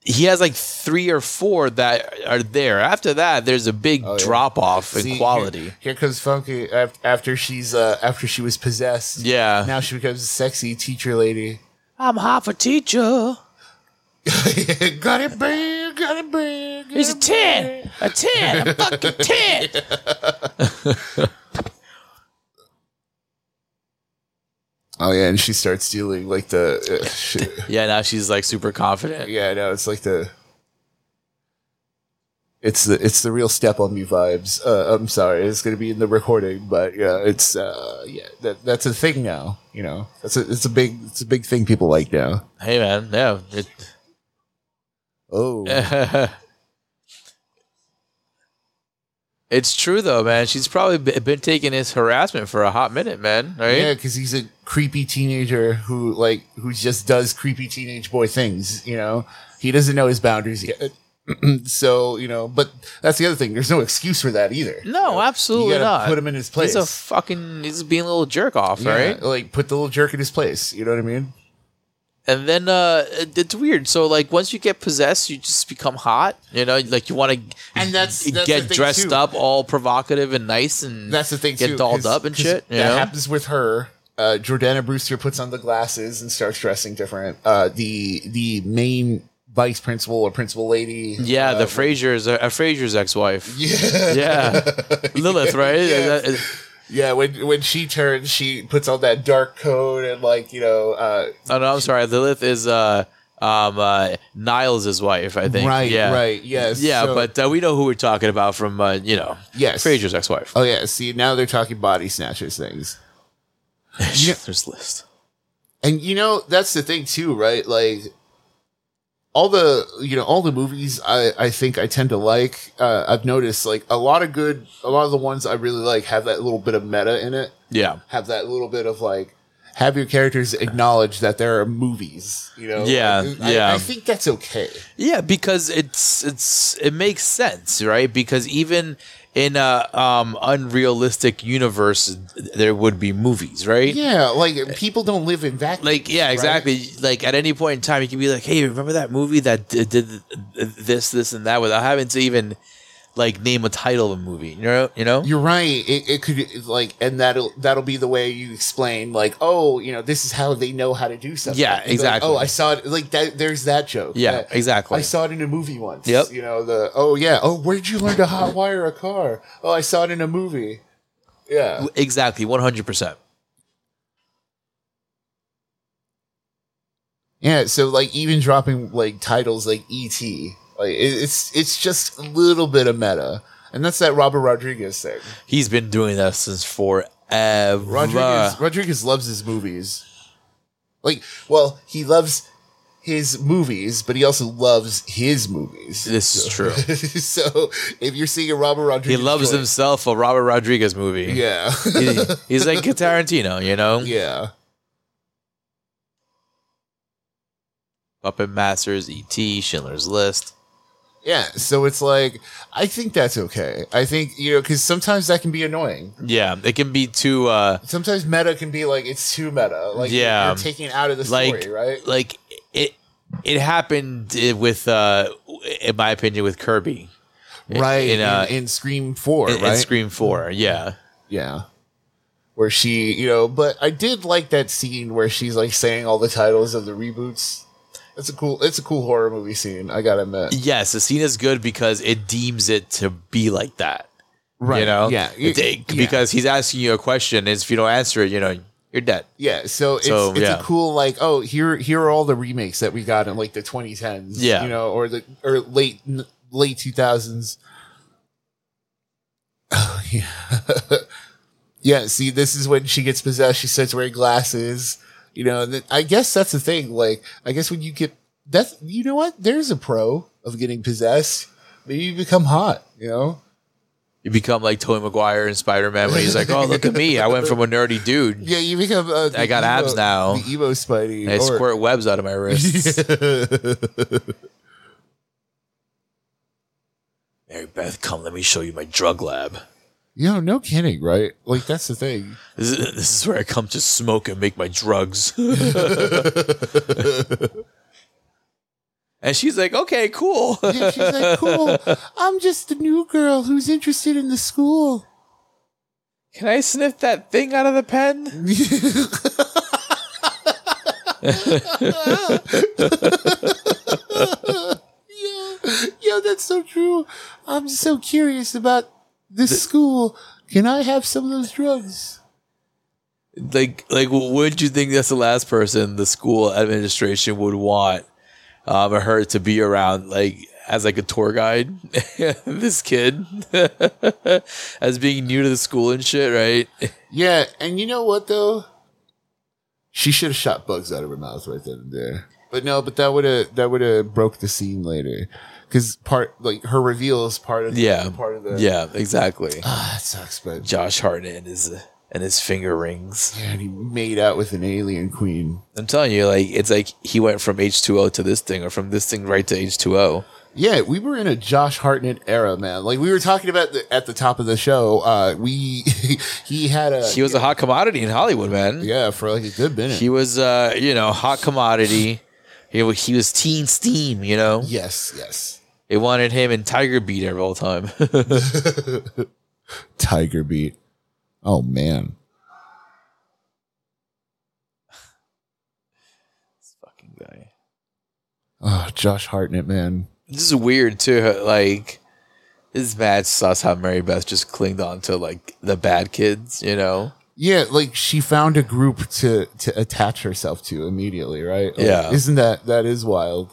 A: he has like three or four that are there. After that, there's a big
B: yeah.
A: drop off in
B: See,
A: quality.
B: Here, here comes Funky af- after she's uh, after she was possessed.
A: Yeah.
B: Now she becomes a sexy
A: (laughs)
B: teacher lady.
A: I'm half a teacher.
B: got it, big. Got it, big.
A: He's a 10. A 10. A fucking 10.
B: Oh yeah, and she starts stealing like the. Uh, shit.
A: (laughs) Yeah, now she's like super confident.
B: Yeah, no, it's like the. It's the it's the real step on me vibes. Uh, I'm sorry, it's gonna be in the recording, but yeah, it's uh, yeah that that's a thing now. You know, that's a it's a big it's a big thing people like now.
A: Hey, man. Yeah. (laughs)
B: Oh,
A: It, (laughs) it's true, though, man. She's probably be- been taking his harassment for a hot minute, man. Right?
B: Yeah, because he's a creepy teenager who like who just does creepy teenage boy things. You know, he doesn't know his boundaries yet. (clears throat) so you know, but that's the other thing. There's no excuse for that either.
A: No, absolutely
B: you gotta
A: not.
B: Put him in his place.
A: He's a fucking, he's being a little jerk off,
B: Yeah,
A: right?
B: Like put the little jerk in his place. You know what I mean?
A: And then uh it- it's weird. So, like, once you get possessed, you just become hot. You know, like you want to
B: And that's- that's the
A: get
B: thing,
A: dressed
B: too.
A: up all provocative and nice and
B: That's the thing.
A: get
B: too,
A: dolled
B: 'cause-
A: up and
B: 'cause
A: shit. You
B: that
A: know?
B: happens with her. Uh, Jordana Brewster puts on the glasses and starts dressing different. Uh, the the main vice principal or principal lady.
A: Yeah,
B: uh,
A: the Frasier's uh, Frasier's ex-wife.
B: (laughs) yeah. (laughs)
A: Yeah, Lilith, right?
B: Yeah.
A: Yeah.
B: Yeah, when when she turns, she puts on that dark coat and like you know, uh,
A: Oh no, I'm sorry. Lilith is uh um uh Niles' wife, I think. yeah.
B: yes,
A: Yeah,
B: so-
A: but uh, we know who we're talking about from uh, you know
B: Yes.
A: Frasier's ex-wife. (laughs)
B: oh yeah, see now they're talking body snatchers things,
A: yeah. There's list.
B: and you know that's the thing too, right? Like all the you know all the movies I I think I tend to like. Uh, I've noticed like a lot of good, a lot of the ones I really like have that little bit of meta in it,
A: Yeah,
B: have that little bit of like. Have your characters acknowledge that there are movies, you know?
A: Yeah,
B: Like, I-
A: yeah.
B: I think that's okay.
A: yeah, because it's it's it makes sense, right? Because even in a um unrealistic universe, there would be movies, right?
B: Yeah, like people don't live in vacuums.
A: Like yeah,
B: right?
A: exactly. Like at any point in time, you can be like, "Hey, remember that movie that d- did th- this, this, and that?" Without having to even like name a title of a movie. You know, you know.
B: You're right. It, it could it's like, and that'll that'll be the way you explain, like, oh, you know, this is how they know how to do something.
A: Yeah,
B: It's like,
A: exactly.
B: oh, I saw it. Like that. There's that joke.
A: Yeah,
B: That-
A: exactly.
B: I saw it in a movie once.
A: Yep.
B: You know the oh yeah oh where'd you learn to hotwire a car? Oh, I saw it in a movie. Yeah.
A: exactly, one hundred percent.
B: Yeah, so like even dropping like titles like ET, like it, it's it's just a little bit of meta, and that's that Robert Rodriguez thing.
A: He's been doing that since forever.
B: Rodriguez Rodriguez loves his movies. Like, well, he loves his movies, but he also loves his movies.
A: This is true.
B: (laughs) so if you're seeing a Robert
A: He
B: Rodriguez,
A: loves
B: joint-
A: himself a Robert Rodriguez movie.
B: Yeah,
A: He- (laughs) he's like Tarantino, you know.
B: (laughs) yeah.
A: Puppet Masters, E.T., Schindler's List.
B: Yeah, so it's like I think that's okay. I think you know because sometimes that can be annoying.
A: Yeah, it can be too. uh
B: Sometimes meta can be like it's too meta. Like you're-
A: Yeah.
B: you're taking it out of the story,
A: like
B: right?
A: like it it happened i- with uh in my opinion with kirby
B: right.
A: in,
B: In,
A: uh,
B: in, Scream Four,
A: in, in
B: right?
A: scream 4 yeah
B: Yeah. Where she, you know, but I did like that scene where she's like saying all the titles of the reboots. It's a cool. It's a cool horror movie scene. I gotta admit.
A: Yes, the scene is good because it deems it to be like that.
B: Right.
A: You know?
B: Yeah.
A: It- it-
B: Yeah.
A: Because he's asking you a question, and if you don't answer it, you know, you're dead.
B: Yeah, so it's
A: So,
B: it's
A: yeah.
B: a cool like oh here here are all the remakes that we got in like the 2010s,
A: Yeah.
B: you know, or the or late n- late 2000s. Oh (sighs) yeah, (laughs) yeah. See, this is when she gets possessed. She starts wearing glasses, you know. And then, I guess that's the thing. Like, I guess when you get that's you know what, there's a pro of getting possessed. Maybe you become hot, you know.
A: You become like Tobey Maguire in Spider Man when he's like, "Oh, look at me! I went from a nerdy dude.
B: (laughs) Yeah, you become. Uh, the
A: I got
B: emo-
A: abs now.
B: The emo Spidey.
A: I
B: or-
A: squirt webs out of my
B: (laughs)
A: wrists." (laughs) Mary Beth, come, let me show you my drug lab.
B: Yo, no kidding, right? Like that's the thing.
A: This is, this is where I come to smoke and make my drugs. (laughs) and she's like, "Okay, cool." (laughs)
B: Yeah, she's like, cool. I'm just a new girl who's interested in the school.
A: Can I sniff that thing out of the pen?
B: Yo, yo, that's so true. I'm so curious about this school. Can I have some of those drugs?
A: Like, like, would you think that's the last person the school administration would want um, her to be around, like as like a tour guide? (laughs) this kid, (laughs) as being new to the school and shit, right? (laughs)
B: Yeah, and you know what though? She should have shot bugs out of her mouth right then and there. But no, but that would have that would have broke the scene later, because part like her reveal is part of the,
A: Yeah,
B: part of the
A: yeah, exactly.
B: Ah, that sucks, but
A: Josh Hartnett and his and his finger rings.
B: and he made out with an alien queen.
A: I'm telling you, like it's like he went from H2O to this thing, or from this thing right to H2O.
B: Yeah, we were in a Josh Hartnett era, man. Like we were talking about the, at the top of the show, uh, we (laughs) he had a
A: He was a hot commodity in Hollywood, man.
B: yeah for like a good minute.
A: He was, uh, you know, hot commodity. He wa- he was teen steam, you know.
B: yes, yes,
A: They wanted him in Tiger Beat every all time. (laughs)
B: Tiger Beat. Oh man,
A: fucking guy.
B: oh Josh Hartnett, man.
A: This is weird too. Like this match sucks how Mary Beth just clinged on to like the bad kids, you know.
B: Yeah, like she found a group to to attach herself to immediately, right? Like,
A: Yeah.
B: isn't that that is wild?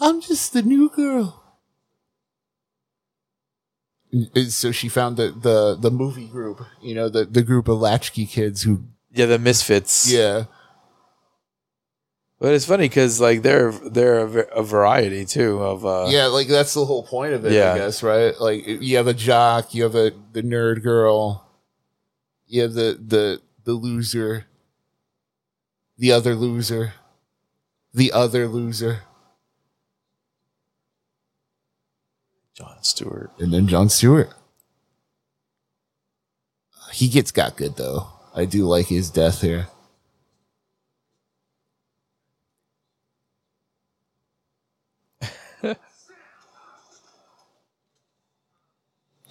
B: I'm just the new girl. And so she found the the the movie group, you know, the the group of latchkey kids who,
A: Yeah, the misfits.
B: yeah,
A: but it's funny because like they're they're a, va- a variety too of uh,
B: yeah, like that's the whole point of it,
A: Yeah.
B: I guess, right? Like you have a jock, you have a the nerd girl, you have the the the loser, the other loser, the other loser,
A: John Stewart.
B: and then John Stewart. He gets got good though. I do like his
A: (laughs)
B: death here.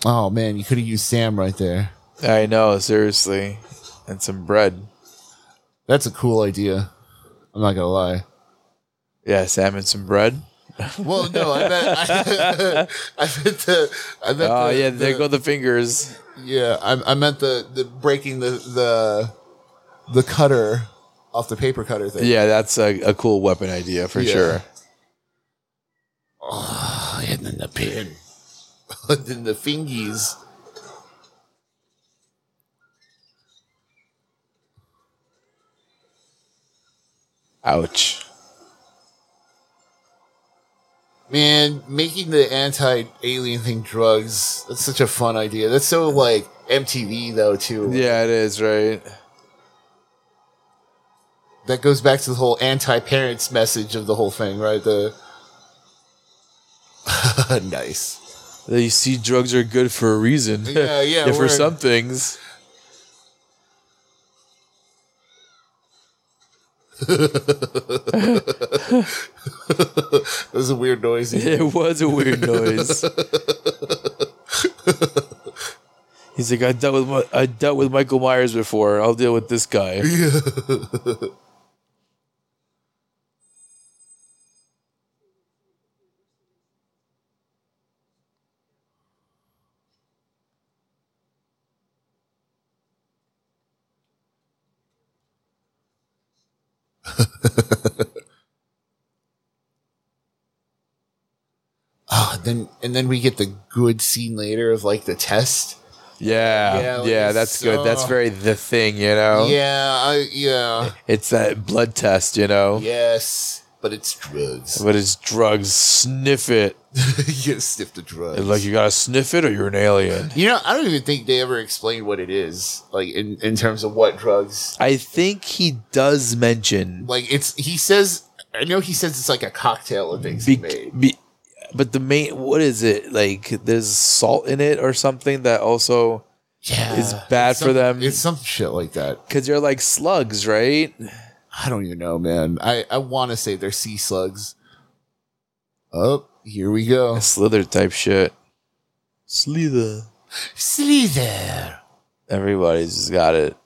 B: oh man, you could have used Sam right there.
A: I know, seriously, and some bread.
B: That's a cool idea. I'm not gonna lie.
A: Yeah, salmon, some bread.
B: Well, no, I bet (laughs) I, I meant the I meant
A: Oh
B: the,
A: yeah,
B: the-
A: there go the fingers.
B: Yeah, I, I meant the, the breaking the, the the cutter off the paper cutter thing.
A: Yeah, that's a, a cool weapon idea for
B: Yeah.
A: sure.
B: and then the pin, (laughs) and then the fingies.
A: Ouch.
B: Man, making the anti-alien thing drugs. That's such a fun idea. That's so like MTV though too.
A: Yeah, it is right.
B: That goes back to the whole anti-parents message of the whole thing, right? The (laughs) nice.
A: You see, drugs are good for a reason. (laughs)
B: Yeah, yeah,
A: for
B: we're-
A: some things.
B: That was a weird noise. (laughs)
A: It was a weird noise. He's He's like, I dealt with my, I dealt with Michael Myers before. I'll deal with this
B: (laughs)
A: guy.
B: Ah, then and then we get the good scene later of like the test.
A: Yeah,
B: Yeah,
A: yeah,
B: like it's,
A: that's good. That's
B: uh,
A: very the thing, you know.
B: Yeah, I, Oh. yeah,
A: It's that blood test, you know.
B: yes, but it's drugs.
A: But it's drugs. Sniff it.
B: (laughs) you gotta sniff the drugs.
A: Like you gotta sniff it, or you're an alien.
B: you know, I don't even think they ever explained what it is, like in in terms of what drugs.
A: I think he does mention,
B: Like it's he says, I know he says it's like a cocktail of things he
A: be,
B: made.
A: be, but the main what is it like? There's salt in it or something that also
B: Yeah,
A: It's bad
B: It's
A: for
B: some-
A: them.
B: It's some shit like that.
A: because they're like slugs, right?
B: I don't even know, man. I I want to say they're sea slugs. Oh, here we go.
A: Slither type shit. Slither.
B: Sleep there.
A: Everybody's just got it.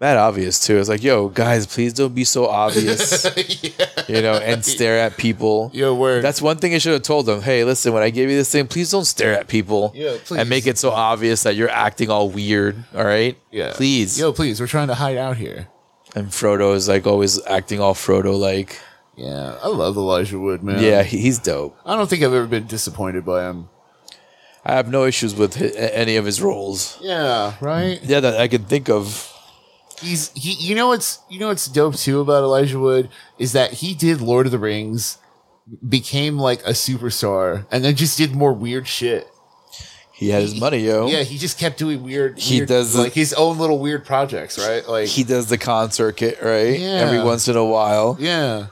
A: That obvious too. It's like, yo, guys, please don't be so
B: (laughs)
A: obvious,
B: yeah.
A: you know, and stare at people.
B: Yo, word.
A: That's one thing I should have told them. Hey, listen, when I give you this thing, please don't stare at people
B: Yeah, please.
A: and make it so obvious that you're acting all weird. All right,
B: Yeah.
A: please.
B: Yo, please. We're trying to hide out here.
A: And Frodo is like always acting all Frodo like.
B: Yeah, I love Elijah Wood, man.
A: Yeah, he, he's dope.
B: I don't think I've ever been disappointed by him.
A: I have no issues with hi- any of his roles.
B: Yeah, right.
A: Yeah, that I can think of.
B: He's he. You know what's you know what's dope too about Elijah Wood is that he did Lord of the Rings, became like a superstar, and then just did more weird shit.
A: He had his money, yo.
B: Yeah, he just kept doing weird.
A: He
B: weird-
A: does-
B: like his own little weird projects, right? Like
A: he does the con circuit right
B: Yeah.
A: every once in a while
B: yeah,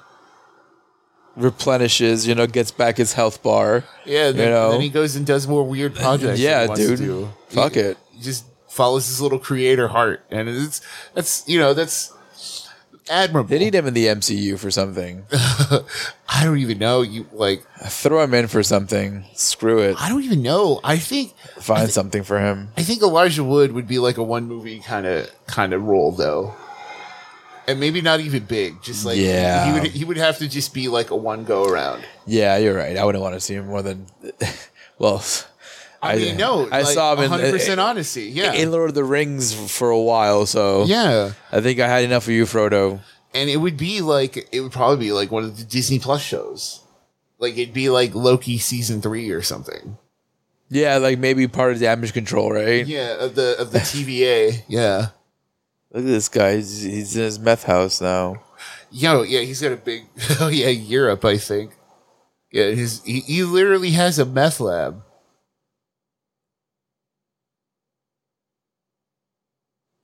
A: replenishes you know gets back his health bar
B: yeah. Then,
A: know.
B: then he goes and does more weird projects. that
A: yeah
B: he wants to
A: dude
B: do.
A: fuck
B: He-
A: it
B: he just follows his little creator heart, and it's that's you know that's admirable.
A: they need him in the mcu for
B: (laughs)
A: something
B: I don't even know you like.
A: throw him in for something screw it
B: I don't even know. I think
A: find something for him
B: I think Elijah Wood would be like a one movie kind of kind of role though. And maybe not even big, just like
A: Yeah.
B: he would he would have to just be like a one go around.
A: yeah you're right i wouldn't want to see him more than (laughs) well
B: I, mean, no,
A: I saw him in- uh,
B: 100 percent honesty. Yeah,
A: in lord of the rings for a while so
B: yeah,
A: i think i had enough of you frodo
B: and it would be like it would probably be like one of the Disney Plus shows. Like it'd be like Loki season three or something.
A: yeah like maybe part of damage control right
B: Yeah, of the of the TVA. yeah,
A: look at this guy he's, he's in his meth house now
B: yo, yeah, he's got a big. (laughs) Oh yeah, Europe, I think. Yeah, his he, he literally has a meth lab.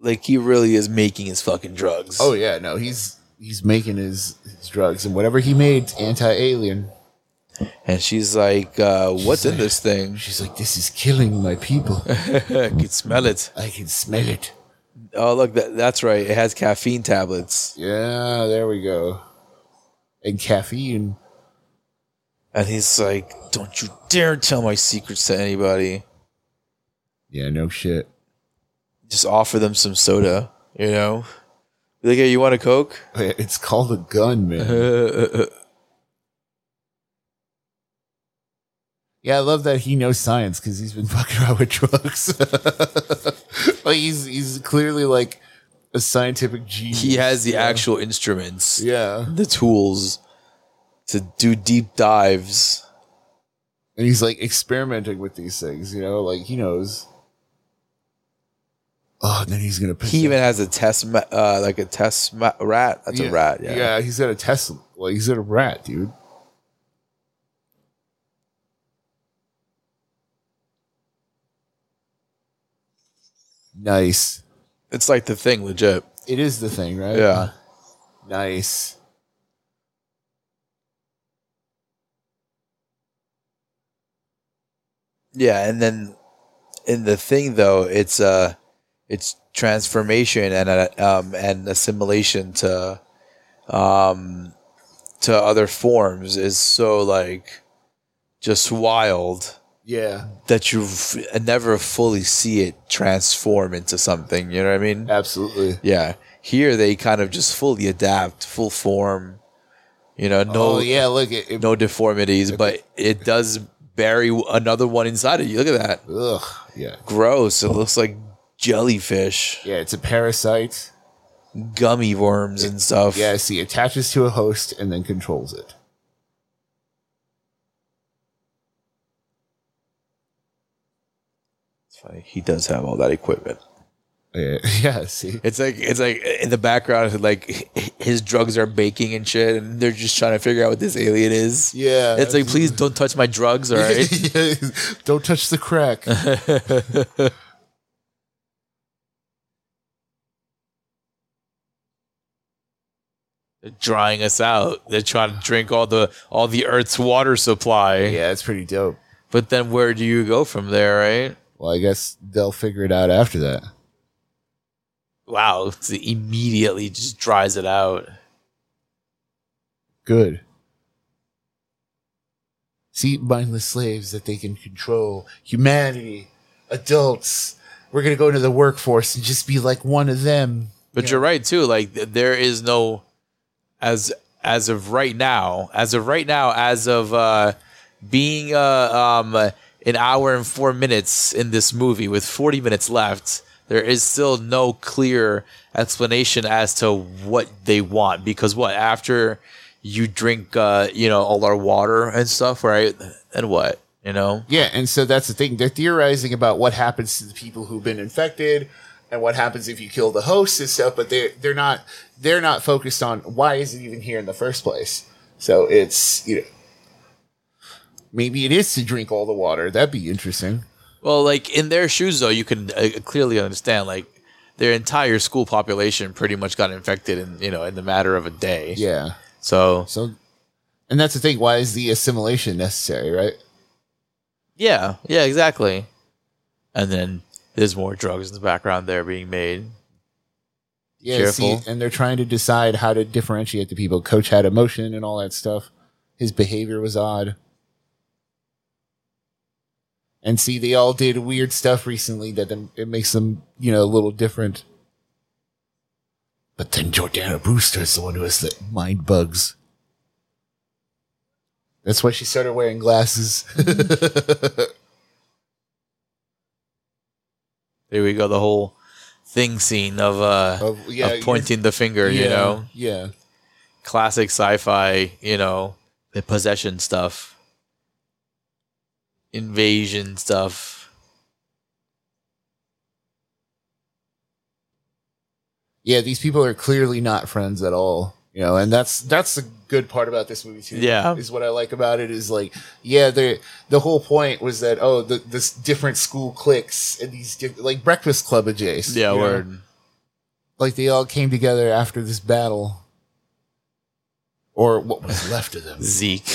A: like he really is making his fucking drugs.
B: Oh yeah, no, he's he's making his his drugs and whatever he made anti alien.
A: and she's like, uh, "What's in this thing?
B: She's like, this is killing my people.
A: (laughs) I can smell it."
B: I can smell it.
A: Oh, look, that, that's right. It has caffeine tablets.
B: Yeah, there we go. And caffeine.
A: And he's like, "Don't you dare tell my secrets to anybody.
B: Yeah, no shit. (laughs)
A: Just offer them some soda, you know." Be Like, hey, you want a (laughs) coke?
B: It's called a gun,
A: Uh-huh.
B: man. yeah, I love that he knows science because he's been (laughs) fucking around with drugs. (laughs) like he's he's clearly like a scientific genius.
A: he has the
B: Yeah.
A: actual instruments,
B: Yeah.
A: the tools to do deep dives.
B: And he's like experimenting with these things, you know, like he knows. Oh, and then he's gonna piss
A: He
B: it-
A: even has a test, ma- uh, like a test ma- rat. That's a rat. Yeah.
B: Yeah, he's got a Tesla. Like he's got a rat, dude. Nice.
A: It's like the thing, legit.
B: It is the thing, right?
A: Yeah.
B: Nice.
A: Yeah, and then in the thing though, it's uh it's transformation and uh, um and assimilation to um to other forms is so like just wild
B: Yeah,
A: that you f- never fully see it transform into something. You know what I mean?
B: absolutely.
A: Yeah. Here they kind of just fully adapt, full form. You know, no,
B: oh yeah, look it. it
A: no deformities, but it does bury another one inside of you. Look at that.
B: ugh, yeah,
A: Gross. It looks like jellyfish,
B: yeah. It's a parasite.
A: gummy worms and stuff.
B: Yes, he attaches to a host and then controls it.
A: It's funny. He does have all that equipment.
B: Yeah, (laughs) yeah. See,
A: It's like it's like in the background, like his drugs are baking and shit, and they're just trying to figure out what this alien is.
B: yeah.
A: It's like, please don't touch my drugs, all
B: (laughs)
A: right?
B: Don't touch the crack.
A: (laughs) They're drying us out. They're trying to drink all the all the Earth's water supply.
B: yeah, it's pretty dope.
A: But then where do you go from there, right?
B: Well, I guess they'll figure it out after that.
A: Wow, (laughs) it's immediately just dries it out.
B: Good. See, mindless slaves that they can control. Humanity, adults. We're gonna go into the workforce and just be like one of them.
A: But you're right too. Like th- there is no as as of right now, as of right now, as of uh, being uh, um, an hour and four minutes in this movie with 40 minutes left, there is still no clear explanation as to what they want because what after you drink uh, you know all our water and stuff, right? And what you know.
B: Yeah, and so that's the thing. They're theorizing about what happens to the people who've been infected and what happens if you kill the host and stuff, but they're they're not they're not focused on why is it even here in the first place. So it's you know maybe it is to drink all the water. That'd be interesting.
A: Well, like in their shoes, though, you can uh, clearly understand. Like their entire school population pretty much got infected in you know in the matter of a day.
B: Yeah.
A: So
B: So and that's the thing, why is the assimilation necessary, right?
A: yeah, yeah, exactly. And then there's more drugs in the background there being made.
B: Yeah, see,
A: Cheerful.
B: and they're trying to decide how to differentiate the people. Coach had emotion and all that stuff. His behavior was odd. And see, they all did weird stuff recently that them, it makes them, you know, a little different. But then Jordana Brewster is the one who has the mind bugs. That's why she started wearing glasses. (laughs)
A: There we go. The whole thing scene of uh
B: Of- yeah,
A: of
B: you're-
A: pointing the finger. You know,
B: Yeah.
A: classic sci-fi. You know, the possession stuff, invasion stuff.
B: Yeah, these people are clearly not friends at all. You know, and that's that's the good part about this movie too.
A: Yeah.
B: is what I like about it is like, yeah, the the whole point was that oh, the this different school cliques and these diff- like Breakfast Club adjacent.
A: Yeah,
B: you know?
A: word.
B: like they all came together after this battle, or what was left
A: (laughs)
B: of them. (laughs)
A: Zeke.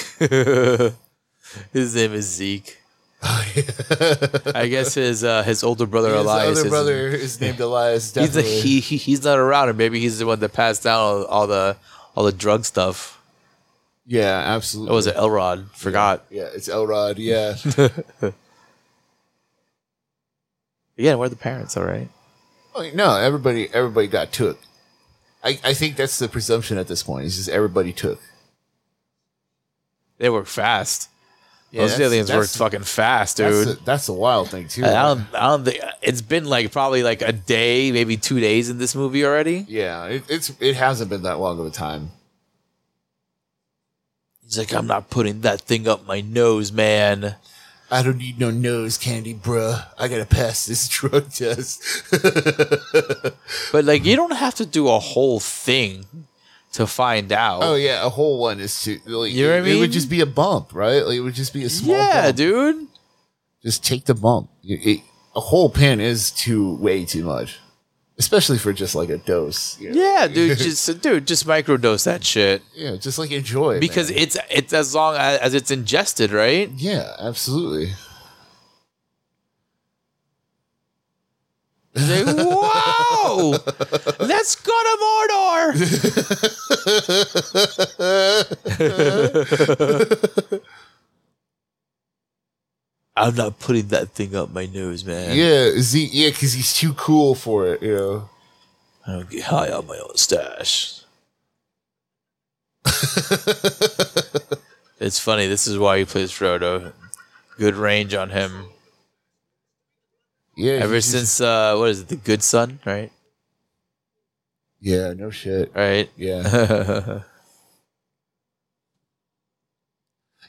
A: his name is Zeke. I guess his uh, his older brother
B: His
A: Elias.
B: other
A: is-
B: brother is named Elias.
A: He's a,
B: Definitely.
A: he, he he's not around, and maybe he's the one that passed down all, all the all the drug stuff.
B: yeah, absolutely.
A: What Oh, was it? Elrod. Forgot.
B: Yeah, it's Elrod. Yeah.
A: Yeah, where are the parents? All right.
B: Well, Oh, No, everybody everybody got took. I, I think that's the presumption at this point. Is just everybody took.
A: They work fast. Those
B: that's-
A: aliens worked
B: that's-
A: fucking fast, dude.
B: That's the, that's the wild thing too.
A: I don't, I don't think it's been like probably like a day, maybe two days in this movie already.
B: yeah, it, it's it hasn't been that long of a time.
A: He's like, I'm not putting that thing up my nose, man.
B: I don't need no nose candy, bruh. I gotta pass this (laughs) drug test.
A: But like, you don't have to do a whole thing to find out.
B: oh yeah, a whole one is too. Like,
A: You know what I
B: it, it
A: mean?
B: would just be a bump, right? Like, it would just be a small.
A: yeah,
B: bump.
A: dude.
B: just take the bump. It- it- a whole pin is too way too much, especially for just like a dose. you know?
A: Yeah,
B: (laughs)
A: dude. Just dude, just microdose that shit
B: yeah, just like enjoy it,
A: because
B: man.
A: it's it's as long as, as it's ingested, right?
B: Yeah,
A: (laughs)
B: absolutely. (laughs)
A: It's
B: (laughs)
A: like, whoa, let's go to
B: (laughs)
A: Mordor. I'm not putting that thing up my nose, man.
B: Yeah, Z. Yeah, because he's too cool for it. You know.
A: I don't get high on my own stash.
B: (laughs)
A: it's funny. This is why he plays Frodo. Good range on him.
B: (laughs) Yeah.
A: Ever
B: he's just-
A: since uh, what is it? The Good Son, right?
B: Yeah. No shit. (laughs)
A: Right.
B: Yeah.
A: yeah.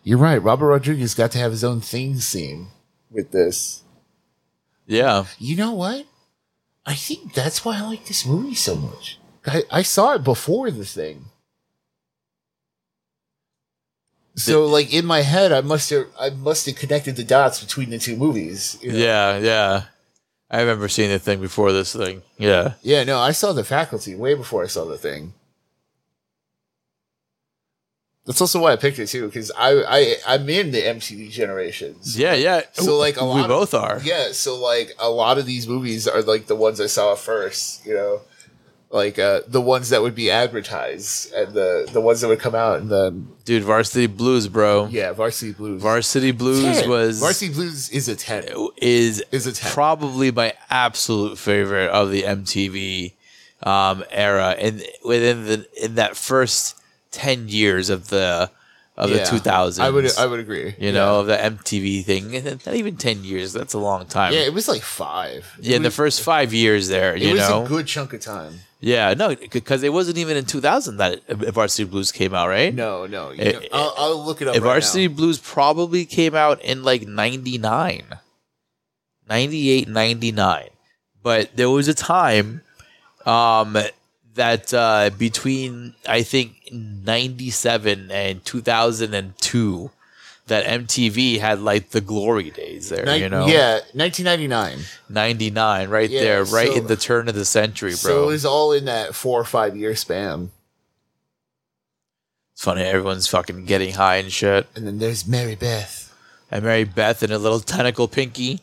B: You're right. Robert Rodriguez got to have his own theme scene with this. You know what? I think that's why I like this movie so much. I, I saw it before the thing. So like in my head I must have I must have connected the dots between the two movies. you know?
A: Yeah. Yeah. I remember seeing the thing before this thing. Yeah.
B: Yeah, no, I saw the faculty way before I saw the thing. That's also why I picked it too, because I, I I'm in the MCD generations.
A: Yeah. Yeah.
B: So, like, a
A: we
B: lot of-
A: both are.
B: Yeah, so like a lot of these movies are like the ones I saw first, you know. Like uh, the ones that would be advertised and the the ones that would come out in the
A: Dude, Varsity Blues, bro.
B: yeah, Varsity Blues.
A: Varsity Blues
B: 10.
A: was
B: Varsity Blues is a 10.
A: is
B: Is a 10.
A: probably my absolute favorite of the MTV um, era, and within the in that first ten years of the of the
B: Yeah.
A: two thousands,
B: I would I would agree.
A: you know, of the MTV thing, and then not even ten years. That's a long time.
B: Yeah, it was like 5.
A: Yeah,
B: it
A: the
B: was,
A: first five years there,
B: it
A: you
B: was
A: know.
B: a good chunk of time.
A: yeah, no, because it wasn't even in 2000 that it- Varsity Blues came out, right?
B: No, no. You
A: Eh,
B: know, I'll, I'll look it up.
A: If
B: right
A: Varsity
B: now.
A: Blues probably came out in like 99, 98, 99. But there was a time um, that uh, between, I think, 97 and 2002, that MTV had like the glory days there,
B: Nin-
A: you know?
B: yeah, 1999.
A: 99, right
B: Yeah,
A: there, right
B: so-
A: in the turn of the century, bro.
B: So it was all in that four or five year span.
A: it's funny, everyone's fucking getting high and shit.
B: And then there's Mary Beth.
A: And Mary Beth and her little tentacle pinky.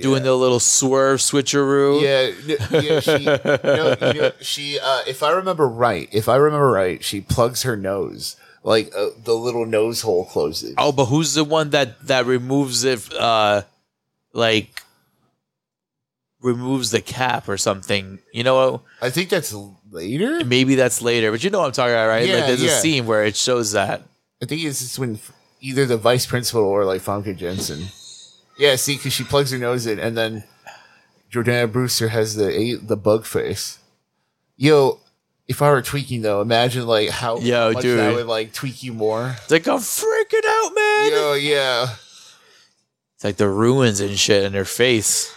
A: Doing the little swerve switcheroo.
B: Yeah, n- yeah she, no, you know, she uh, if I remember right, if I remember right, she plugs her nose. Like uh, the little nose hole closes.
A: Oh, but who's the one that that removes it? Uh, like removes the cap or something. You know,
B: I think that's later.
A: maybe that's later, but you know what I'm talking about, right?
B: Yeah,
A: like there's
B: yeah.
A: a scene where it shows that.
B: I think it's just when f- either the vice principal or like Famke Jensen. Yeah, see, because she plugs her nose in, and then Jordana Brewster has the a- the bug face. Yo, if I were tweaking though, imagine like how
A: Yo,
B: much
A: dude.
B: that would like tweak you more.
A: It's like I'm freaking out, man.
B: Yo, yeah.
A: It's like the ruins and shit in her face.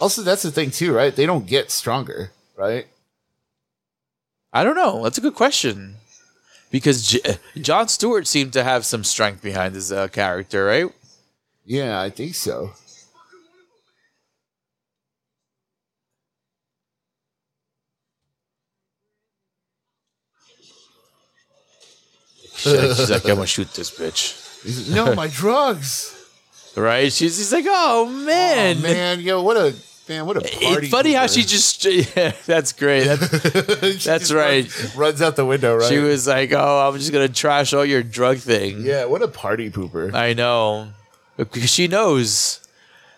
B: Also, that's the thing too, right? They don't get stronger, right?
A: I don't know. That's a good question. Because J- John Stewart seemed to have some strength behind his uh, character,
B: (laughs)
A: right?
B: Yeah, I think so.
A: She's like, she's like, I'm gonna shoot this bitch,
B: He's
A: (laughs)
B: like, no, my drugs.
A: right? She's, she's like, oh man,
B: oh, man, yo, what a man, what a party.
A: It's funny how
B: pooper.
A: she just. (laughs) Yeah, that's great. That's,
B: (laughs) She just
A: right.
B: Runs, runs out the window, right?
A: She was like, "Oh, I'm just gonna trash all your drug thing."
B: yeah, what a party pooper.
A: I know. Because she knows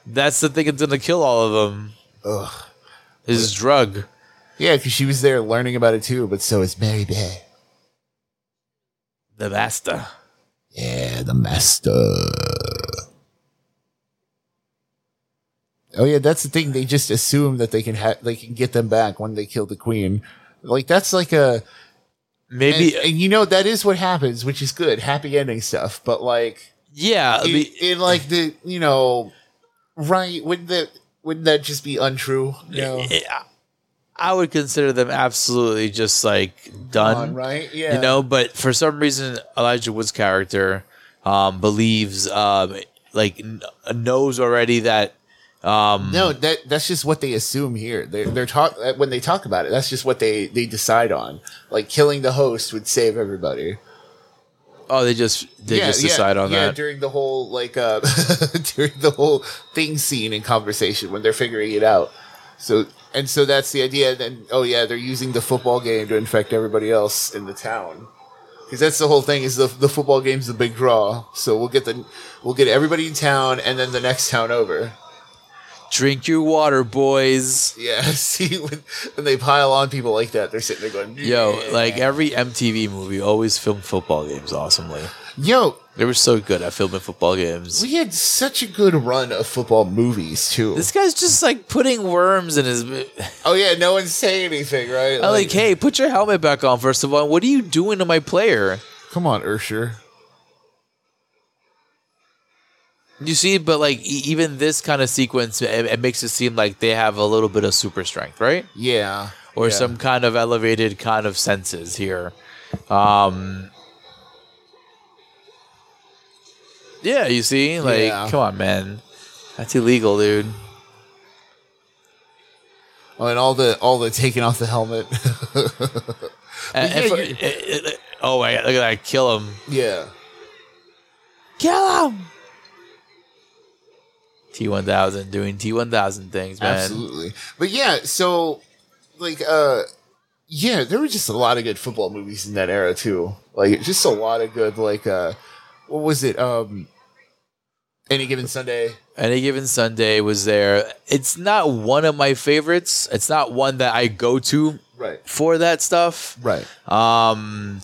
A: that's the thing that's gonna kill all of them.
B: Ugh.
A: His drug.
B: Yeah, because she was there learning about it too, but so is Mary Beth.
A: The master.
B: Yeah, the master. Oh yeah, that's the thing. They just assume that they can ha- they can get them back when they kill the queen. Like that's like a and,
A: Maybe.
B: and you know that is what happens, which is good, happy ending stuff. But like
A: yeah. I
B: in,
A: mean,
B: in like the you know right wouldn't that wouldn't that just be untrue? No,
A: it- I- I would consider them absolutely just like done.
B: on, right? Yeah,
A: you know but for some reason elijah wood's character um believes um like n- knows already that um
B: No, that that's just what they assume here. They're, they're talk uh, when they talk about it. That's just what they they decide on. Like killing the host would save everybody.
A: oh they just they just decide on
B: yeah,
A: that
B: during the whole like uh (laughs) during the whole thing scene and conversation when they're figuring it out. So and so that's the idea. Then oh yeah, they're using the football game to infect everybody else in the town because that's the whole thing is the the football game's the big draw. So we'll get the we'll get everybody in town and then the next town over.
A: Drink your water, boys.
B: Yeah, (laughs) see when, when they pile on people like that, they're sitting there going,
A: Yo,
B: "Yeah."
A: like every MTV movie always filmed football games awesomely.
B: yo,
A: They were so good at filming football games.
B: we had such a good run of football movies too.
A: This guy's just like putting worms in his.
B: oh yeah, no one's saying anything, right?
A: I like, hey, put your helmet back on first of all. What are you doing to my player?
B: come on, Ursher.
A: You see, but like e- even this kind of sequence, it, it makes it seem like they have a little bit of super strength, right?
B: Yeah,
A: Or
B: Yeah.
A: some kind of elevated kind of senses here. Um, yeah, you see, like,
B: Yeah.
A: come on, man, that's illegal, dude.
B: Oh, and all the all the taking off the helmet. (laughs)
A: And- and
B: yeah,
A: for-
B: you-
A: eh, eh, eh, oh my god, look at that! Kill him!
B: yeah.
A: Kill him! T one thousand doing T one thousand things, man.
B: Absolutely. But yeah, so like uh yeah, there were just a lot of good football movies in that era too. Like just a lot of good like uh what was it? Um Any given Sunday.
A: Any given Sunday was there. It's not one of my favorites. It's not one that I go to
B: Right.
A: for that stuff.
B: Right.
A: Um,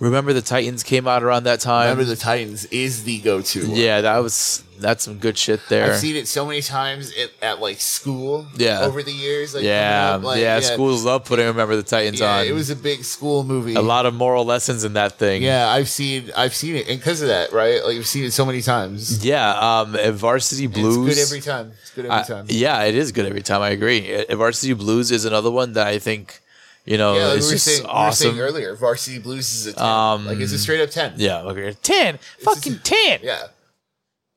A: remember the Titans came out around that time.
B: Remember the Titans is the go to.
A: yeah, that was that's some good shit there.
B: I've seen it so many times at, at like school
A: Yeah.
B: over the years. Like,
A: yeah,
B: coming up, like,
A: yeah, Schools love putting Remember the Titans
B: Yeah,
A: on.
B: it was a big school movie.
A: a lot of moral lessons in that thing.
B: Yeah, I've seen I've seen it and because of that, right? Like I've seen it so many times.
A: yeah. Um, and Varsity Blues.
B: It's good every time. It's good every
A: I-
B: time.
A: yeah, it is good every time. I agree. Uh, Varsity Blues is another one that I think, you know,
B: Yeah, like
A: is
B: we were,
A: just
B: saying, we were
A: awesome.
B: saying earlier, Varsity Blues is a 10.
A: Um,
B: like, it's a straight up 10.
A: Yeah, look here. 10. Fucking 10.
B: (laughs) Yeah.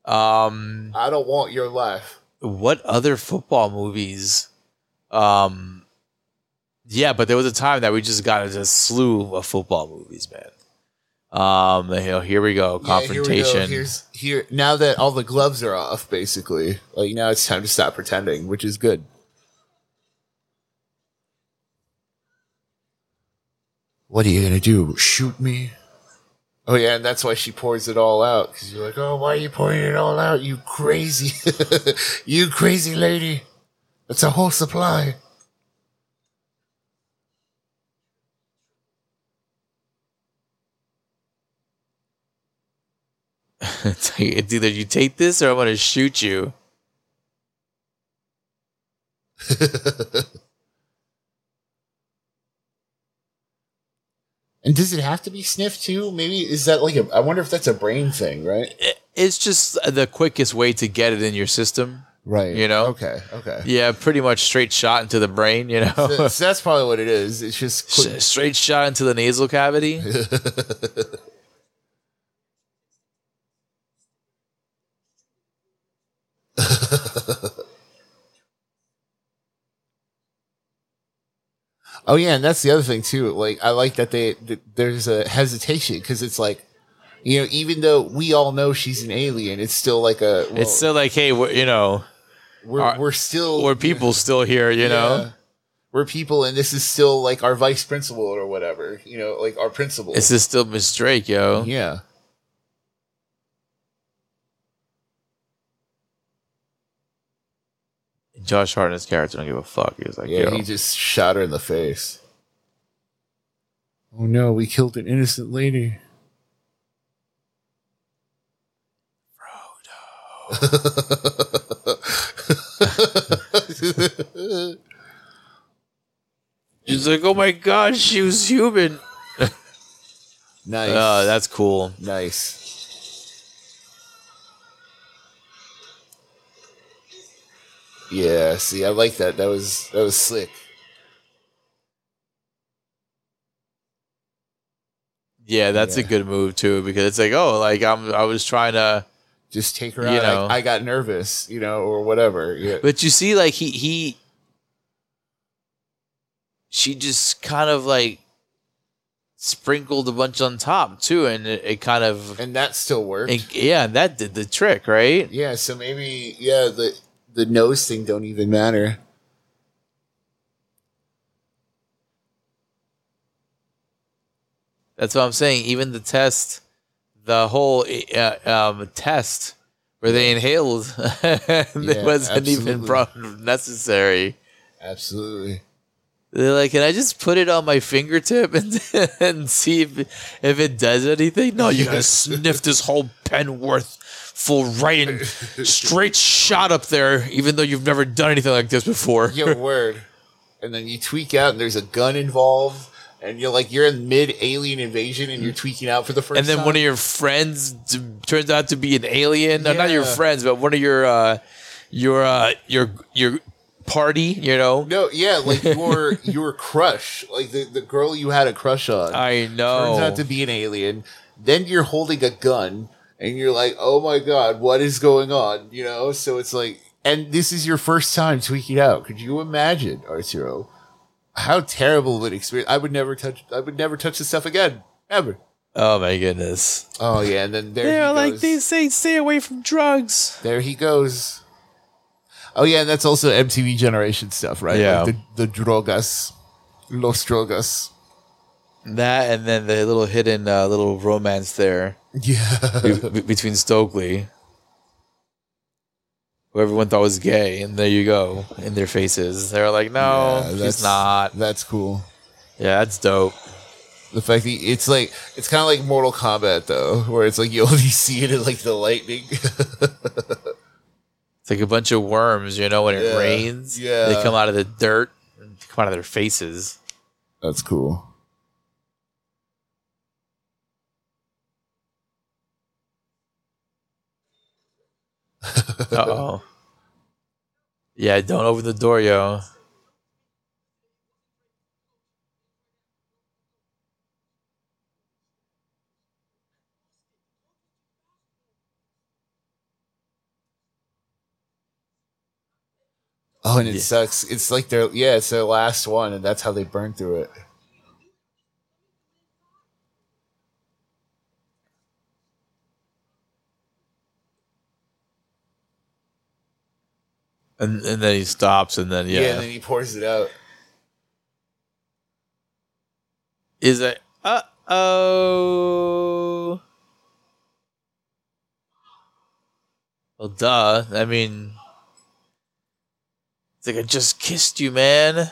A: Um
B: I don't want your life.
A: what other football movies? Um Yeah, but there was a time that we just got a slew of football movies, man. Um you know, here we go.
B: Yeah, here we go.
A: Confrontation.
B: Here's here now that all the gloves are off, basically. Like now it's time to stop pretending, which is good. What are you gonna do? Shoot me? Oh yeah, and that's why she pours it all out. Cause you're like, oh, why are you pouring it all out? You crazy, (laughs) you crazy lady. It's a whole supply.
A: (laughs) it's, like, it's either you take this or I'm gonna shoot you.
B: And does it have to be sniffed too? Maybe is that like a? I wonder if that's a brain thing, right?
A: It- It's just the quickest way to get it in your system.
B: Right.
A: You know?
B: Okay. Okay.
A: Yeah, pretty much straight shot into the brain, you (laughs)
B: So-
A: know.
B: so that's probably what it is. It's just
A: (laughs)
B: quick-
A: S- straight shot into the nasal
B: (laughs)
A: cavity.
B: Oh yeah, and that's the other thing too. Like I like that they th- there's a hesitation because it's like, you know, even though we all know she's an alien, it's still like a well,
A: it's still like, hey, we're, you know,
B: we're
A: are-
B: we're still
A: or people still here, you know.
B: Yeah. we're people, and this is still like our vice principal or whatever. You know, like our principal.
A: This is still Miss Drake, yo.
B: yeah.
A: Josh Hartnett's character don't give a fuck. He was like,
B: Yeah,
A: yo,
B: he just shot her in the face. Oh no, we killed an innocent lady. Frodo.
A: she's like, oh my god, she was human.
B: (laughs) nice.
A: Oh, that's cool.
B: nice. Yeah, see, I like that. That was that was slick.
A: Yeah, that's a
B: Yeah.
A: good move too because it's like, oh, like I'm, I was trying to,
B: Just take her
A: You
B: out.
A: know.
B: I, I got nervous, you know, or whatever. Yeah.
A: but you see, like he, he, she just kind of like sprinkled a bunch on top too, and it, it kind of,
B: and that still worked.
A: it, yeah, and that did the trick, right?
B: Yeah, so maybe yeah, the the nose thing don't even matter.
A: That's what I'm saying. Even the test, the whole uh, um, test where they inhaled, (laughs) it wasn't even
B: absolutely.
A: pro- necessary.
B: Absolutely.
A: They're like, can I just put it on my fingertip (laughs) and, and see if, if it does anything? No, you're gonna
B: Yes.
A: sniff this whole pen worth full right and straight shot up there, even though you've never done anything like this before.
B: Your word. And then you tweak out, and there's a gun involved, and you're like you're in mid alien invasion, and you're tweaking out for the first.
A: and then
B: time.
A: one of your friends t- turns out to be an alien. No, not your
B: Yeah.
A: friends, but one of your uh, your uh, your your party. You know,
B: No, yeah, like
A: (laughs)
B: your your crush, like the, the girl you had a crush on,
A: I know.
B: turns out to be an alien. Then you're holding a gun, and you're like, "Oh my god, what is going on?" You know. So it's like, and this is your first time tweaking out. Could you imagine, Arturo? How terrible of an experience! I would never touch. I would never touch this stuff again, ever.
A: oh my goodness!
B: Oh yeah, and then there he
A: They're like
B: goes.
A: they say, stay away from drugs.
B: There he goes. Oh yeah, and that's also MTV generation stuff, right?
A: Yeah.
B: Like the, the drogas, los drogas. (laughs)
A: That and then the little hidden uh, little romance there
B: Yeah. (laughs)
A: be- be- between Stokely, who everyone thought was gay, and there you go in their faces. They're like, no,
B: Yeah,
A: he's not.
B: That's cool.
A: Yeah, that's dope.
B: The fact that it's like it's kind of like Mortal Kombat though, where it's like you (laughs) only see it in like the lightning. (laughs)
A: It's like a bunch of worms, you know, when it
B: Yeah,
A: rains.
B: yeah.
A: They come out of the dirt and come out of their
B: (laughs)
A: faces.
B: that's cool.
A: Uh oh. yeah, don't open the door, yo.
B: Oh, and it
A: Yeah.
B: sucks. It's like their yeah, it's their last one, and that's how they burn through it.
A: And, and then he stops, and then, yeah.
B: Yeah, and then he pours it out.
A: Is it, uh oh. Well, duh. I mean, it's like I just kissed you, man.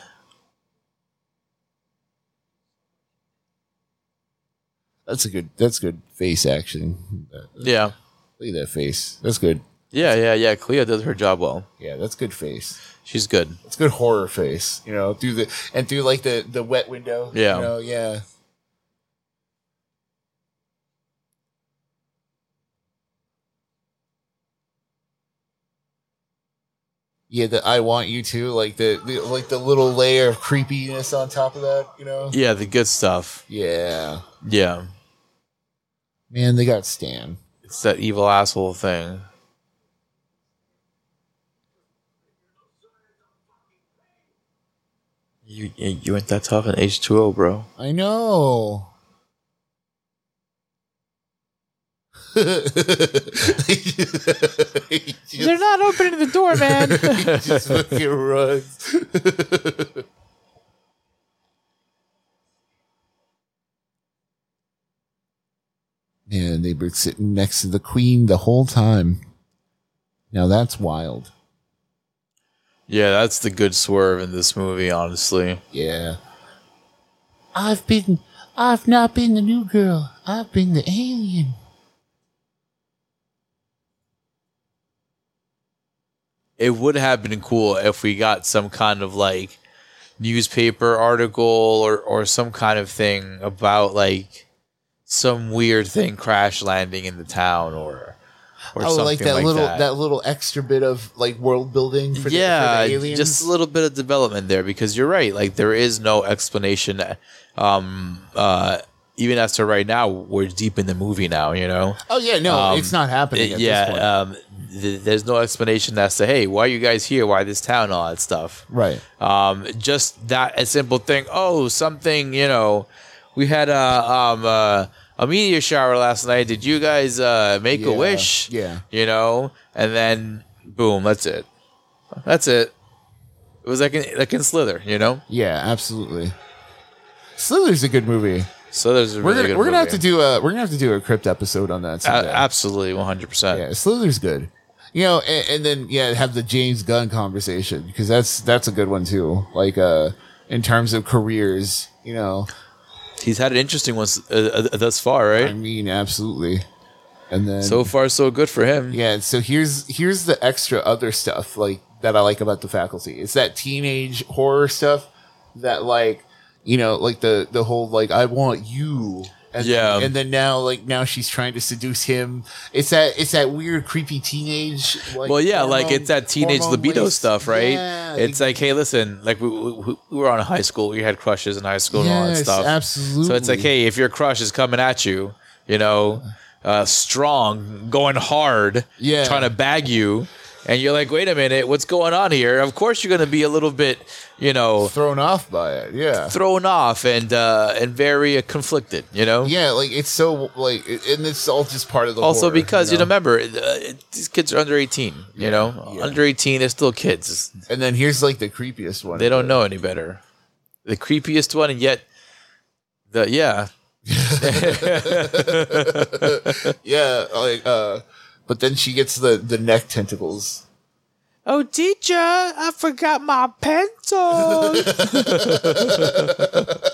B: That's a good. That's good face action.
A: Yeah.
B: Look at that face. That's good.
A: Yeah, yeah, yeah. Cleo does her job well.
B: Yeah, that's good face.
A: She's good.
B: It's good horror face, you know, through the and through like the the wet window.
A: Yeah.
B: you know, yeah. Yeah, the I want you to like the, the like the little layer of creepiness on top of that, you know.
A: Yeah, the good stuff.
B: Yeah,
A: Yeah.
B: man, they got Stan.
A: It's that evil asshole thing. You you you ain't that tough in H two O, bro.
B: I know. (laughs)
A: They're not opening the door,
B: (laughs)
A: man.
B: just fucking runs. Man, they've been sitting next to the queen the whole time. Now that's wild.
A: (laughs) yeah, that's the good swerve in this movie, honestly.
B: Yeah. I've been. I've not been the new girl. I've been the alien.
A: It would have been cool if we got some kind of like newspaper article or or some kind of thing about like some weird thing crash landing in the town or or
B: oh,
A: something
B: like that little
A: that.
B: that. little extra bit of like world building for,
A: yeah,
B: the, for the aliens.
A: just a little bit of development there because you're right. Like there is no explanation. Um, uh, even as to right now, we're deep in the movie now. You know,
B: oh yeah, no,
A: um,
B: it's not happening.
A: It-
B: At
A: yeah.
B: this point.
A: Um, th- there's no explanation as to hey, why are you guys here? Why this town? All that stuff.
B: right.
A: Um, just that a simple thing. Oh, something. You know, we had a um uh, a meteor shower last night. Did you guys uh, make
B: Yeah,
A: a wish?
B: yeah.
A: You know, and then boom, that's it. That's it. It was like in, like in Slither, you know.
B: Yeah, absolutely. Slither's a good movie.
A: So there's a
B: We're
A: really
B: gonna
A: good
B: we're gonna have
A: movie. Uh,
B: to do a we're gonna have to do a crypt episode on
A: A-
B: that. Someday.
A: absolutely 100%.
B: yeah, Slither's good. You know, and, and then yeah, have the James Gunn conversation because that's that's a good one too. Like uh, in terms of careers, you know,
A: He's had an interesting one s- uh, uh, thus far,
B: I
A: right?
B: mean, absolutely. And then
A: So far, so good for him.
B: Yeah, so here's here's the extra other stuff like that I like about the faculty. It's that teenage horror stuff that like you know, like the the whole like I want you and
A: Yeah.
B: and then now like now she's trying to seduce him. It's that it's that weird creepy teenage like
A: Well, yeah, like
B: hormone-
A: it's that teenage
B: hormone
A: libido
B: waste.
A: stuff, right?
B: Yeah,
A: it's like, hey, listen, like we, we, we were on high school, we had crushes in high school and all that
B: Yes,
A: stuff.
B: absolutely.
A: So it's like, hey, if your crush is coming at you, you know, uh, strong, going hard,
B: Yeah.
A: trying to bag you, and you're like, wait a minute, what's going on here? Of course, you're going to be a little bit, you know,
B: thrown off by it. Yeah.
A: thrown off and uh, and very uh, conflicted, you know.
B: Yeah, like it's so like it- and it's all just part of the
A: Also,
B: horror,
A: because you,
B: know?
A: remember, uh, these kids are under 18. You know, under 18, they're still kids. It's-
B: and then here's like the creepiest one.
A: They don't know any better. The creepiest one, and yet, the yeah,
B: Yeah, like uh but then she gets the the neck tentacles.
A: Oh, teacher, I forgot my pencil.
B: (laughs)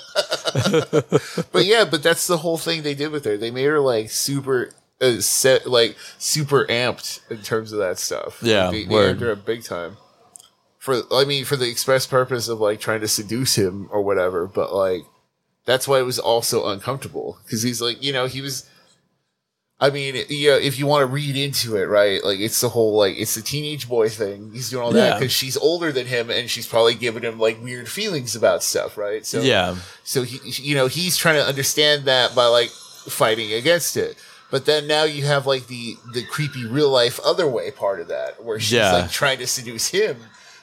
B: But yeah, but that's the whole thing they did with her. They made her like super uh, set like super amped in terms of that stuff. Like,
A: Yeah,
B: they, they
A: word.
B: amped her up big time. For I mean, for the express purpose of like trying to seduce him or whatever, but like that's why it was also uncomfortable because he's like, you know, he was. I mean, you know, if you want to read into it, right? Like, it's the whole like it's the teenage boy thing. He's doing all that
A: Yeah.
B: because she's older than him, and she's probably giving him like weird feelings about stuff, right?
A: (laughs)
B: So
A: yeah,
B: so he, you know, he's trying to understand that by like fighting against it. But then now you have like the the creepy real life other way part of that, where she's
A: Yeah.
B: like trying to seduce him.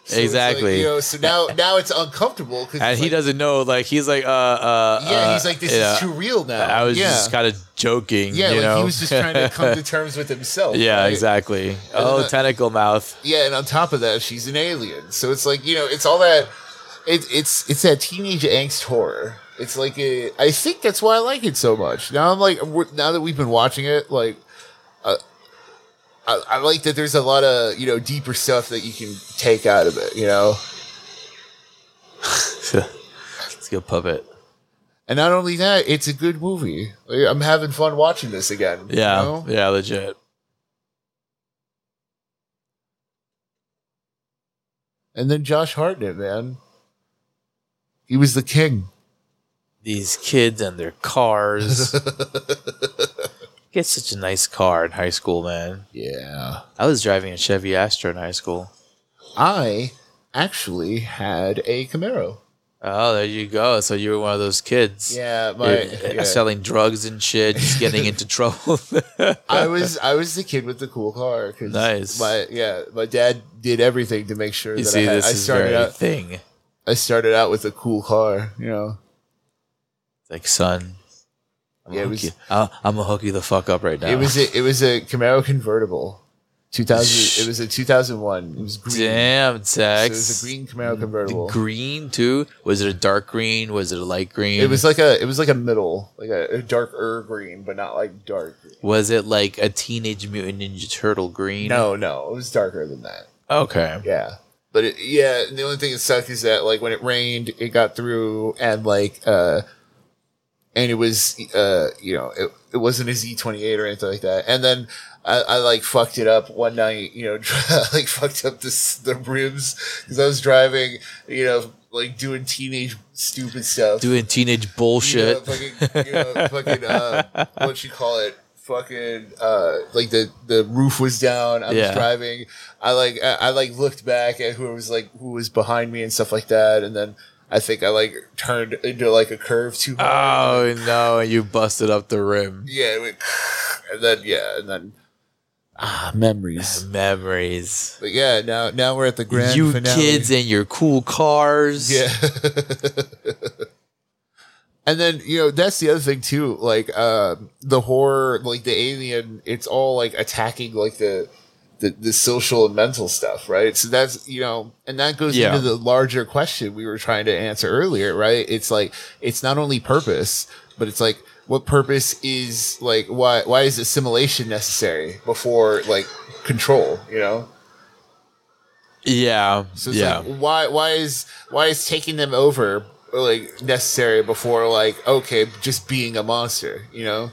B: So it's like,
A: Exactly.
B: you know, so now now it's uncomfortable because
A: and he doesn't know. Like he's like, uh, uh,
B: Yeah, he's
A: uh,
B: like this
A: yeah.
B: is too real now.
A: I was
B: yeah.
A: just kind of joking.
B: yeah,
A: you
B: like
A: know?
B: he
A: (laughs)
B: was just trying to come to terms with himself.
A: yeah,
B: right?
A: exactly. Oh,
B: uh,
A: tentacle (laughs) mouth.
B: Yeah, and on top of that, she's an alien. So it's like you know, it's all that. It, it's it's that teenage angst horror. It's like a, I think that's why I like it so much. Now I'm like we're- now that we've been watching it, like, uh, I, I like that there's a lot of you know deeper stuff that you can take out of it. You know,
A: Let's go puppet.
B: and not only that, it's a good movie. Like, I'm having fun watching this again. you
A: Yeah,
B: know?
A: yeah, legit.
B: and then Josh Hartnett, man, he was the king.
A: These kids and their (laughs) cars. Get such a nice car in high school, man.
B: Yeah.
A: I was driving a Chevy Astro in high school.
B: I actually had a Camaro.
A: Oh, there you go. So you were one of those kids.
B: Yeah,
A: You're, (laughs)
B: my
A: uh,
B: yeah.
A: Selling drugs and shit, just getting
B: (laughs)
A: into trouble. (laughs)
B: I was I was the kid with the cool car. 'cause
A: Nice.
B: My yeah, my dad did everything to make sure
A: you
B: that
A: see,
B: I, had,
A: this
B: I
A: is
B: started
A: very
B: out.
A: thing. It's
B: I started out with a cool car. You know.
A: like, son, I'm,
B: Yeah, it
A: gonna
B: was-
A: hook you. I'll, I'm gonna hook you the fuck up right now.
B: It was a, it was a Camaro convertible. 2000 it was a 2001. It was
A: (laughs)
B: green.
A: damn
B: So it
A: Tex.
B: was a green Camaro convertible.
A: Green, too. Was it a dark green? Was it a light green?
B: It was like a it was like a middle, like a, a darker green, but not like dark green.
A: Was it like a Teenage Mutant Ninja Turtle green?
B: No, no, it was darker than that.
A: Okay.
B: Yeah. But it, yeah, the only thing that sucked is that like when it rained, it got through and like uh and it was uh you know, it, it wasn't a Z28 or anything like that. And then I, I like fucked it up one night, you know, (laughs) I, like fucked up this the rims cuz I was driving, you know, like doing teenage stupid stuff.
A: Doing teenage bullshit.
B: You know, fucking, you know, fucking uh, what you call it? Fucking uh, like the the roof was down. I was
A: Yeah.
B: driving. I like I, I like looked back at who was like who was behind me and stuff like that, and then. I think I like turned into like a curve too hard.
A: Oh no! You busted up the rim.
B: yeah, it went, and then yeah, and then ah memories.
A: Memories.
B: But yeah, now now we're at the grand
A: Um, you
B: finale.
A: kids and your cool cars.
B: Yeah. (laughs) and then, you know, that's the other thing too. Like, um, the horror, like the alien, it's all like attacking like the, the, the social and mental stuff, right? So that's, you know, and that goes
A: Yeah.
B: into the larger question we were trying to answer earlier, right? It's like, it's not only purpose, but it's like, what purpose is like, why, why is assimilation necessary before like control, you know?
A: Yeah.
B: So it's
A: yeah.
B: like, why, why is, why is taking them over like necessary before like, okay, just being a monster, you know?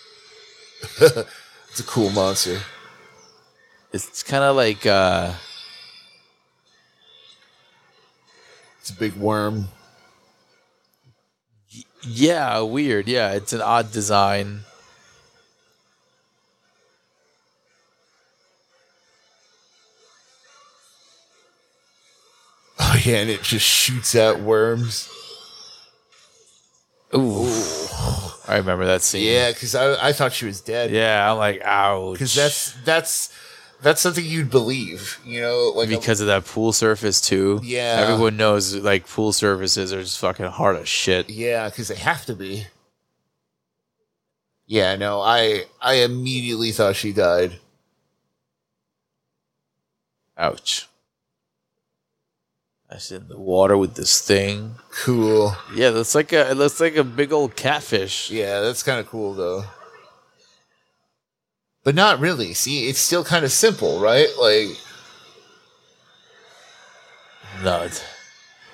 B: (laughs) it's a cool monster.
A: it's kind of like uh,
B: It's a big worm. (laughs)
A: yeah, weird. Yeah, it's an odd design.
B: Oh yeah, and it just shoots out worms.
A: Ooh. I remember that scene.
B: Yeah, because I, I thought she was dead.
A: Yeah, I'm like, ouch.
B: because that's that's that's something you'd believe, you know, like a-
A: because of that pool surface too.
B: Yeah.
A: Everyone knows like pool surfaces are just fucking hard as shit.
B: yeah, because they have to be. Yeah, no, I I immediately thought she died.
A: Ouch. I sit in the water with this thing.
B: Cool.
A: Yeah, that's like a that's like a big old catfish.
B: Yeah, that's kind of cool though. But not really. See, it's still kind of simple, right? Like,
A: No, it's,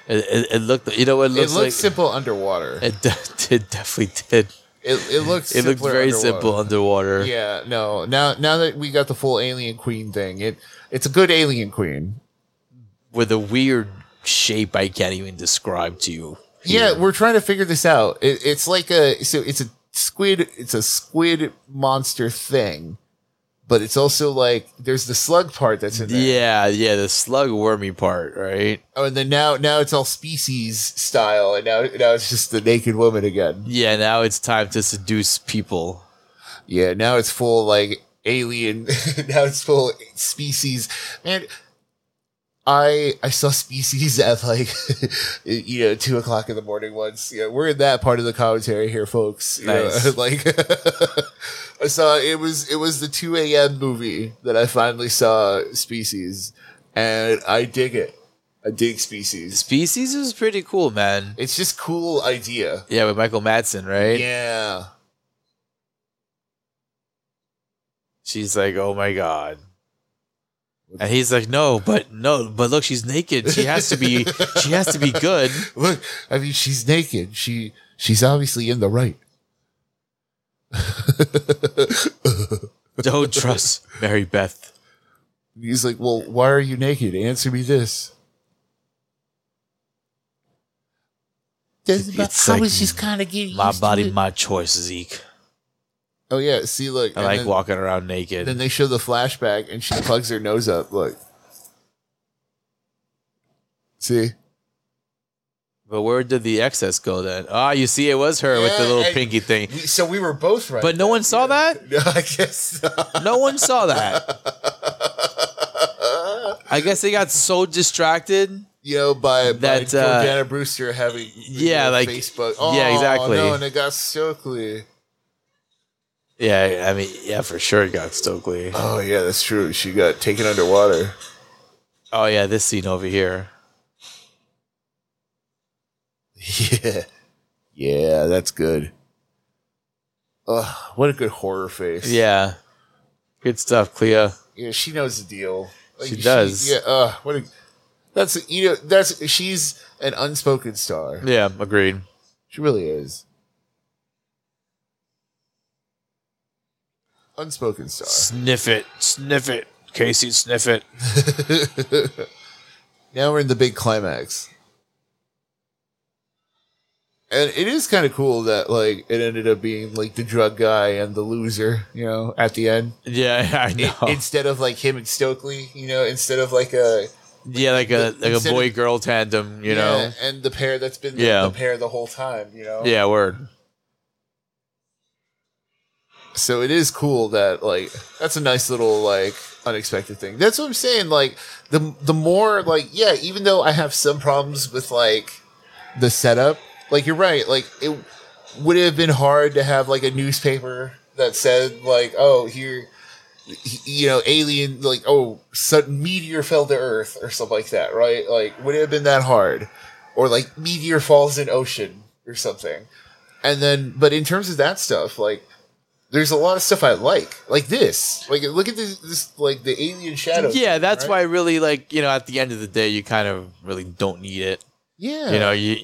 A: it, it, it looked you know what it
B: it
A: looks
B: looks
A: like.
B: simple underwater. It
A: It, de- (laughs) it definitely did.
B: it, looks
A: It looked
B: simpler
A: very
B: underwater.
A: simple underwater.
B: Yeah, no. Now now that we got the full alien queen thing, it it's a good alien queen.
A: with a weird shape I can't even describe to you.
B: Yeah, we're trying to figure this out. It, it's like a so it's a squid it's a squid monster thing. But it's also like there's the slug part that's in there.
A: Yeah, yeah, the slug wormy part, right?
B: Oh, and then now now it's all species style and now now it's just the naked woman again.
A: Yeah, now it's time to seduce people.
B: Yeah, now it's full like alien (laughs) now it's full species. Man, I I saw species (laughs) at like you know two o'clock in the morning once. You know, we're in that part of the commentary here, folks. You know,
A: Nice.
B: (laughs) like I saw it was it was the two a.m. movie that I finally saw Species, and I dig it. I dig Species.
A: Species is pretty cool, man.
B: It's just cool idea.
A: Yeah, with Michael Madsen, right?
B: Yeah.
A: She's like, oh my god. And he's like, no, but no, but look, she's naked. She has to be, she has to be good.
B: Look, I mean, she's naked. She she's obviously in the right. (laughs)
A: Don't trust Mary Beth.
B: He's like, "Well, why are you naked? Answer me this."
A: It's like
B: kind of getting
A: My
B: used to
A: body,
B: it.
A: my choice, Zeke.
B: oh yeah, see, look.
A: I
B: and
A: like
B: then,
A: walking around naked.
B: Then they show the flashback, and she plugs her nose up. Look, see,
A: But where did the excess go then? Ah, you see, it was her with the
B: Yeah,
A: little
B: and-
A: pinky thing.
B: so we were both right.
A: But no one saw that.
B: (laughs) no, I guess.
A: No one saw that. I guess they got so distracted.
B: you know, by by
A: That, uh,
B: Jordana Brewster having you
A: yeah,
B: know,
A: like-
B: Facebook.
A: yeah,
B: Oh,
A: exactly.
B: No, and it got so clear.
A: Yeah, I mean, yeah, for sure, it got Stokely.
B: Oh yeah, that's true. She got taken underwater. (laughs)
A: Oh yeah, this scene over here.
B: Yeah, yeah, that's good. Ugh, what a good horror face.
A: Yeah, good stuff, Clea.
B: yeah, she knows the deal.
A: She does.
B: yeah, uh, what a. That's you know that's she's an unspoken star.
A: Yeah, agreed.
B: She really is. Unspoken star.
A: Sniff it, sniff it, Casey, sniff it.
B: now we're in the big climax. And it is kind of cool that like it ended up being like the drug guy and the loser, you know, at
A: (laughs)
B: the end
A: Yeah, I know.
B: instead of like him and Stokely, you know, instead of like a
A: yeah, like a like a
B: instead of-
A: boy girl tandem, you know.
B: yeah, and the pair that's been the,
A: Yeah.
B: the pair the whole time, you know.
A: Yeah, word.
B: So it is cool that like that's a nice little like unexpected thing. That's what I'm saying. Like the the more like yeah, even though I have some problems with like the setup, like you're right. Like it would have been hard to have like a newspaper that said like oh here you know, alien, like, oh, sudden meteor fell to Earth or something like that, right? Like, would it have been that hard? Or like, meteor falls in ocean or something. And then, but in terms of that stuff, like, there's a lot of stuff I like, like this. Like, look at this, this like the alien shadow.
A: yeah,
B: thing,
A: that's
B: right?
A: why really like you know at the end of the day you kind of really don't need it.
B: Yeah,
A: You know you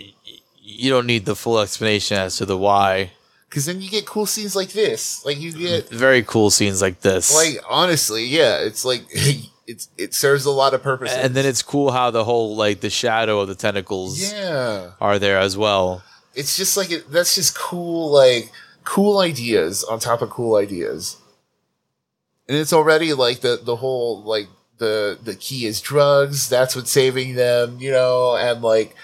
A: you don't need the full explanation as to the why.
B: because then you get cool scenes like this. Like, you get
A: Very cool scenes like this.
B: like honestly, yeah, it's like (laughs) it's it serves a lot of purposes.
A: and then it's cool how the whole like the shadow of the tentacles
B: yeah,
A: are there as well.
B: it's just like it, that's just cool, like cool ideas on top of cool ideas. And it's already like the the whole like the the key is drugs. That's what's saving them, you know, and like.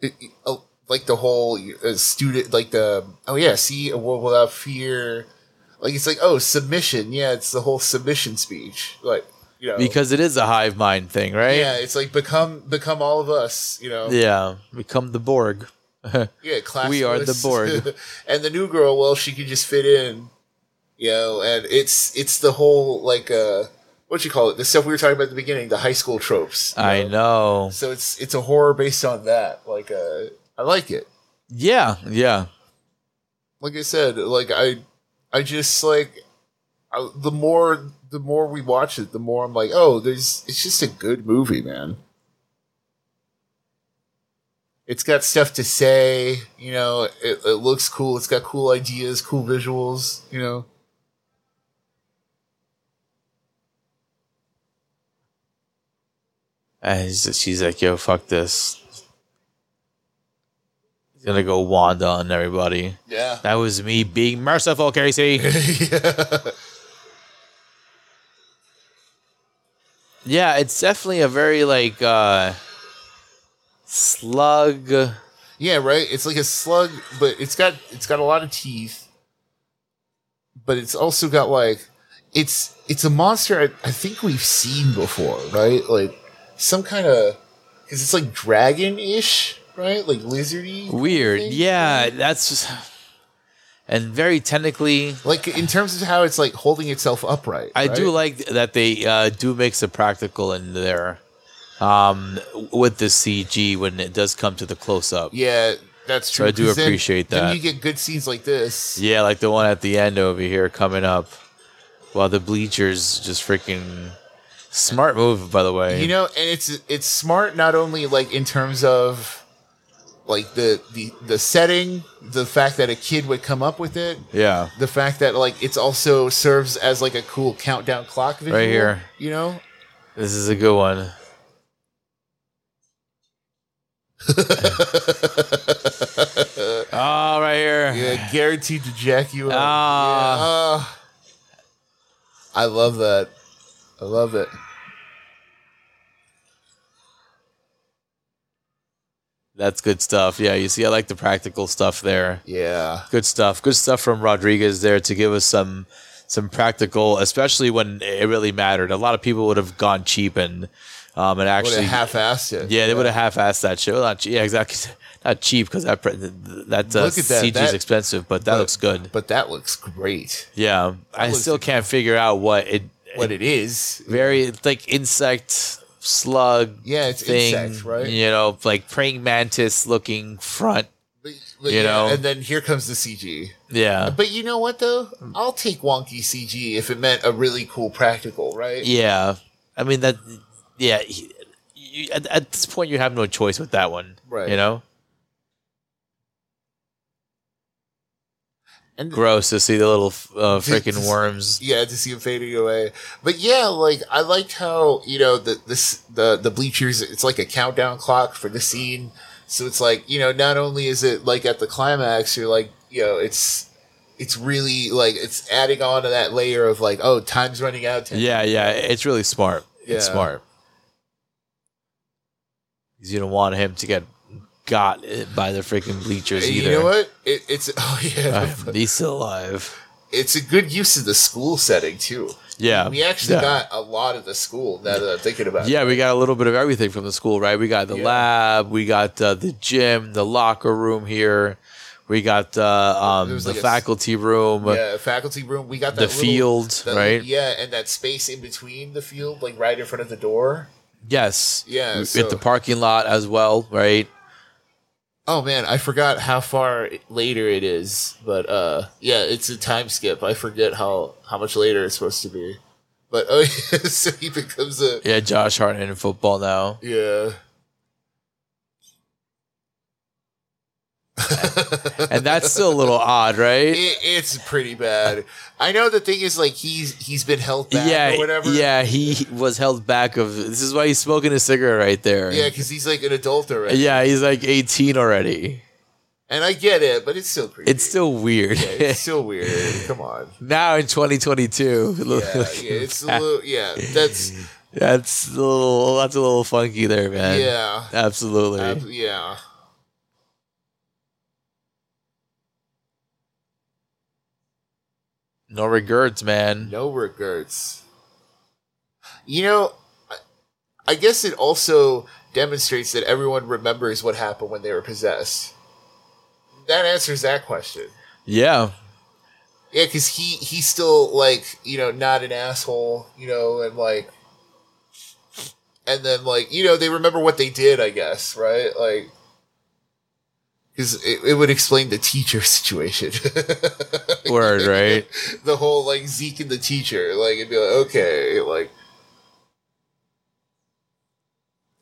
B: It, it- uh, like the whole uh, student, like the oh yeah, see a world without fear. Like it's like oh submission, yeah, it's the whole submission speech, like you know
A: Because it is a hive mind thing, right?
B: Oh. Yeah, it's like become become all of us, you know. Yeah,
A: Yeah. Become the Borg.
B: class.
A: We are the
B: lists.
A: Borg.
B: (laughs) and the new girl, well, she can just fit in, you know. And it's it's the whole like uh, what you call it? The stuff we were talking about at the beginning, the high school tropes. you
A: I know.
B: So it's it's a horror based on that. Like uh, I like it.
A: Yeah, yeah.
B: Like I said, like I I just like I, the more the more we watch it, the more I'm like, oh, there's it's just a good movie, man. It's got stuff to say, you know. It, it looks cool. It's got cool ideas, cool visuals, you know.
A: And he's- she's like, yo, fuck this. He's gonna go Wanda on everybody.
B: Yeah.
A: That was me being merciful, Casey.
B: (laughs) yeah.
A: yeah, it's definitely a very like uh slug
B: Yeah, right. It's like a slug, but it's got it's got a lot of teeth. But it's also got like it's it's a monster I, I think we've seen before, right? Like some kind of is it's like dragon ish, right? Like lizardy.
A: weird.
B: thing?
A: Yeah, that's just and very technically
B: Like in terms of how it's like holding itself upright.
A: I do
B: right?
A: like that they uh, do mix the practical in there um, with the CG when it does come to the close up. Yeah.
B: Yeah, that's true.
A: I do
B: 'cause then-
A: appreciate that.
B: Then you get good scenes like this.
A: like the one at the end over here coming up while the bleachers just freaking smart move by the way.
B: you know and it's it's smart not only like in terms of like the the the setting the fact that a kid would come up with it
A: yeah.
B: the fact that like it's also serves as like a cool countdown clock visual,
A: Right here.
B: you know
A: This is a good one.
B: Ah,
A: oh, right here.
B: yeah guaranteed to jack you up
A: Ah.
B: Yeah, ah. i love that i love it
A: That's good stuff. Yeah, you see I like the practical stuff there.
B: yeah
A: good stuff. Good stuff from Rodriguez there to give us some some practical, especially when it really mattered. A lot of people would have gone cheap and um and
B: would
A: actually
B: have half-assed it
A: yeah, they would have half-assed that shit. Well, not che- yeah, exactly. (laughs) Not cheap because that pre- that uh,
B: Look at that,
A: CG is
B: that-
A: expensive, but that looks good.
B: but that looks great
A: Yeah, I
B: looks
A: still can't figure out what it.
B: what it is
A: very it's like insect slug
B: yeah it's
A: thing,
B: insects right
A: You know, like praying mantis looking front.
B: But- but
A: you
B: yeah,
A: know.
B: and then here comes the cg
A: Yeah,
B: But you know what though? I'll take wonky CG if it meant a really cool practical, right?
A: Yeah, I mean that. Yeah, he, you, at, at this point, you have no choice with that one,
B: Right.
A: You know,
B: And
A: gross to see the little
B: (laughs)
A: uh, freaking
B: Just-
A: worms.
B: yeah, to see him fading away. But yeah, like I liked how you know the this the the bleachers. It's like a countdown clock for the scene. So it's like you know, not only is it like at the climax, you're like you know, it's it's really like it's adding on to that layer of like oh, time's running out. Time.
A: Yeah, yeah, it's really smart. It's
B: Yeah.
A: smart. 'Cause you don't want him to get got by the freaking bleachers
B: And
A: either.
B: you know what? It, it's (laughs) oh yeah,
A: (laughs) Uh, he's still alive.
B: it's a good use of the school setting too.
A: Yeah,
B: We actually
A: Um, yeah.
B: got a lot of the school now that I'm thinking about. it.
A: Yeah, we got a little bit of everything from the school, right? We got the
B: Yeah.
A: lab, we got uh, the gym, the locker room here. We got uh, um,
B: There
A: the
B: was like a s-
A: faculty room,
B: yeah, faculty room. We got that
A: the
B: little-
A: field,
B: that-
A: right?
B: Yeah, and that space in between the field, like right in front of the door.
A: Yes.
B: Yeah,
A: At
B: so-
A: the parking lot as well, right?
B: Oh man, I forgot how far later it is, but uh, yeah, it's a time skip. I forget how how much later it's supposed to be, but oh, (laughs) yeah, so he becomes a
A: Yeah, Josh Hart in football now.
B: yeah.
A: (laughs) And that's still a
B: (laughs)
A: little odd, right?
B: It, it's pretty bad. I know the thing is like he's he's been held back
A: yeah.
B: or whatever.
A: Yeah, he was held back of this is why he's smoking a cigarette right there.
B: yeah, because he's like an adult already.
A: Yeah, he's like 18 already.
B: and I get it, but it's still creepy.
A: It's still weird. (laughs)
B: yeah, it's still weird. Come on.
A: now in 2022.
B: Yeah, yeah, it's
A: (laughs)
B: a little yeah. That's
A: That's a little that's a little funky there, man.
B: yeah,
A: Absolutely.
B: ab- yeah.
A: no regrets, man.
B: No regrets. You know, I- I guess it also demonstrates that everyone remembers what happened when they were possessed. That answers that question.
A: Yeah.
B: Yeah, because he he's still like you know not an asshole, you know, and like, and then like you know they remember what they did, I guess, right? Like, because it, it would explain the teacher (laughs) situation,
A: Word,
B: (laughs)
A: right?
B: the whole like Zeke and the teacher, like it'd be like okay, like,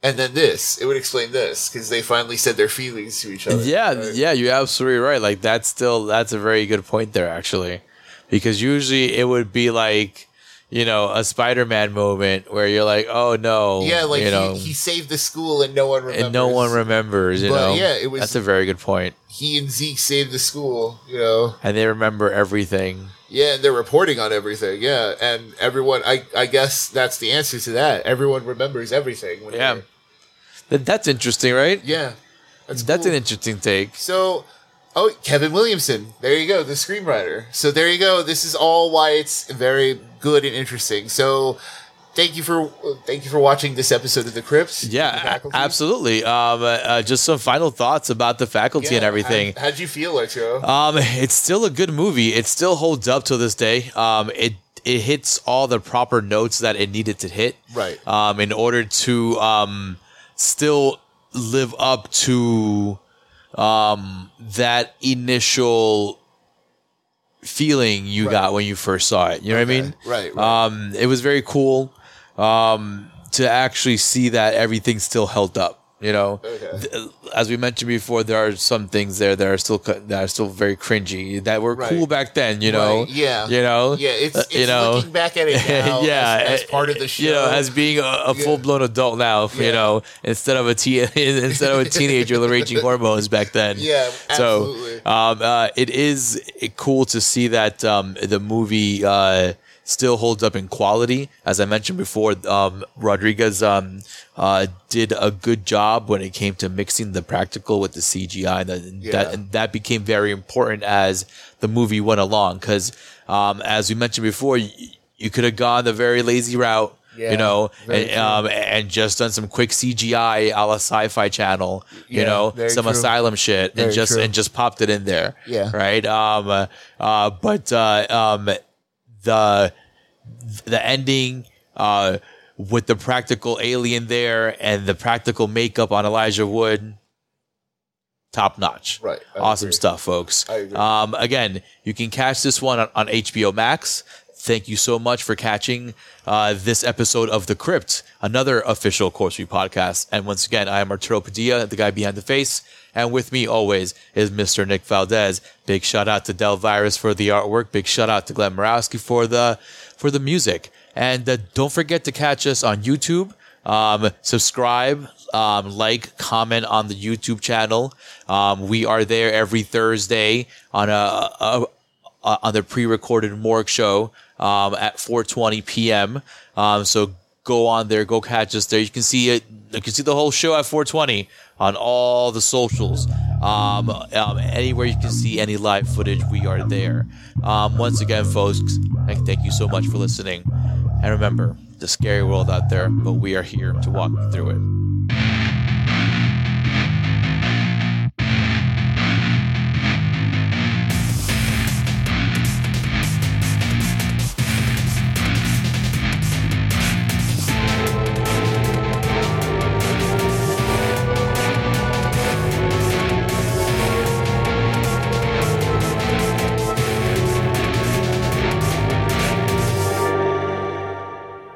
B: and then this, it would explain this because they finally said their feelings to each other.
A: Yeah,
B: right?
A: yeah, you're absolutely right. Like that's still that's a very good point there actually. Because usually it would be like, you know, a Spider-Man moment where you're like, "Oh no."
B: Yeah, like
A: you know,
B: he, he saved the school and no one remembers.
A: and no one remembers, you
B: But,
A: know.
B: yeah, it was-
A: That's a very good point.
B: he and Zeke saved the school, you know.
A: And they remember everything.
B: Yeah, and they're reporting on everything. Yeah, and everyone, I, I guess that's the answer to that. Everyone remembers everything. when
A: Yeah.
B: they're-
A: That, that's interesting, right?
B: yeah, that's
A: That's
B: cool.
A: an interesting take.
B: So, oh, Kevin Williamson. There you go, the screenwriter. So there you go. This is all why it's very good and interesting. So. Thank you for thank you for watching this episode of the Crips. The
A: Yeah,
B: Faculty.
A: a- absolutely. Um, uh, uh, just some final thoughts about the faculty and
B: Yeah,
A: everything.
B: How, would you feel, Arturo?
A: Um, it's still a good movie. It still holds up to this day. Um, it it hits all the proper notes that it needed to hit.
B: Right.
A: Um, in order to um still live up to um that initial feeling you got when you first saw it. You know what I mean?
B: Right. right.
A: Um, it was very cool um, to actually see that everything still held up. You know,
B: Okay.
A: Th- as we mentioned before, there are some things there that are still cu- that are still very cringy that were
B: Right.
A: cool back then. You know,
B: Right, yeah.
A: you know,
B: Yeah, it's,
A: Uh,
B: it's looking back at it now
A: (laughs) yeah,
B: as, as
A: eh,
B: part of the show.
A: You know, as being a, a full blown adult now,
B: Yeah.
A: you know, instead of a teen, (laughs) instead of a teenager raging hormones back then.
B: Yeah, absolutely.
A: So, um, uh, it is eh, cool to see that um, the movie uh, still holds up in quality. As I mentioned before, um, Rodriguez um, uh, did a good job when it came to mixing the practical with the CGI, and the, that
B: Yeah.
A: and that became very important as the movie went along. Because um, as we mentioned before, you, you could have gone the very lazy route.
B: Yeah,
A: you know,
B: very
A: and,
B: true.
A: um, and just done some quick CGI a la Sci-Fi Channel,
B: Yeah,
A: you know,
B: very
A: some
B: true.
A: asylum shit,
B: Very
A: and just
B: true.
A: and just popped it in there.
B: Yeah.
A: Right. Um. uh, Uh. But uh, um, the the ending uh with the practical alien there and the practical makeup on Elijah Wood, top notch.
B: Right, I
A: awesome
B: agree.
A: stuff, folks.
B: I agree.
A: Um. Again, you can catch this one on, on HBO Max. Thank you so much for catching uh, this episode of The Crypt, another official Course Review podcast. And once again, I am Arturo Padilla, the guy behind the face. And with me always is Mr. Nick Valdez. Big shout out to Del Virus for the artwork. Big shout out to Glenn Morawski for the for the music. And uh, don't forget to catch us on YouTube. Um, subscribe, um, like, comment on the YouTube channel. Um, we are there every Thursday on a, a uh, on the pre-recorded Morgue show um, at 4:20 p.m. Um, so go on there, go catch us there. You can see it. You can see the whole show at 4:20 on all the socials. Um, um, anywhere you can see any live footage, we are there. Um, once again, folks, thank, thank you so much for listening. And remember, the scary world out there, but we are here to walk you through it.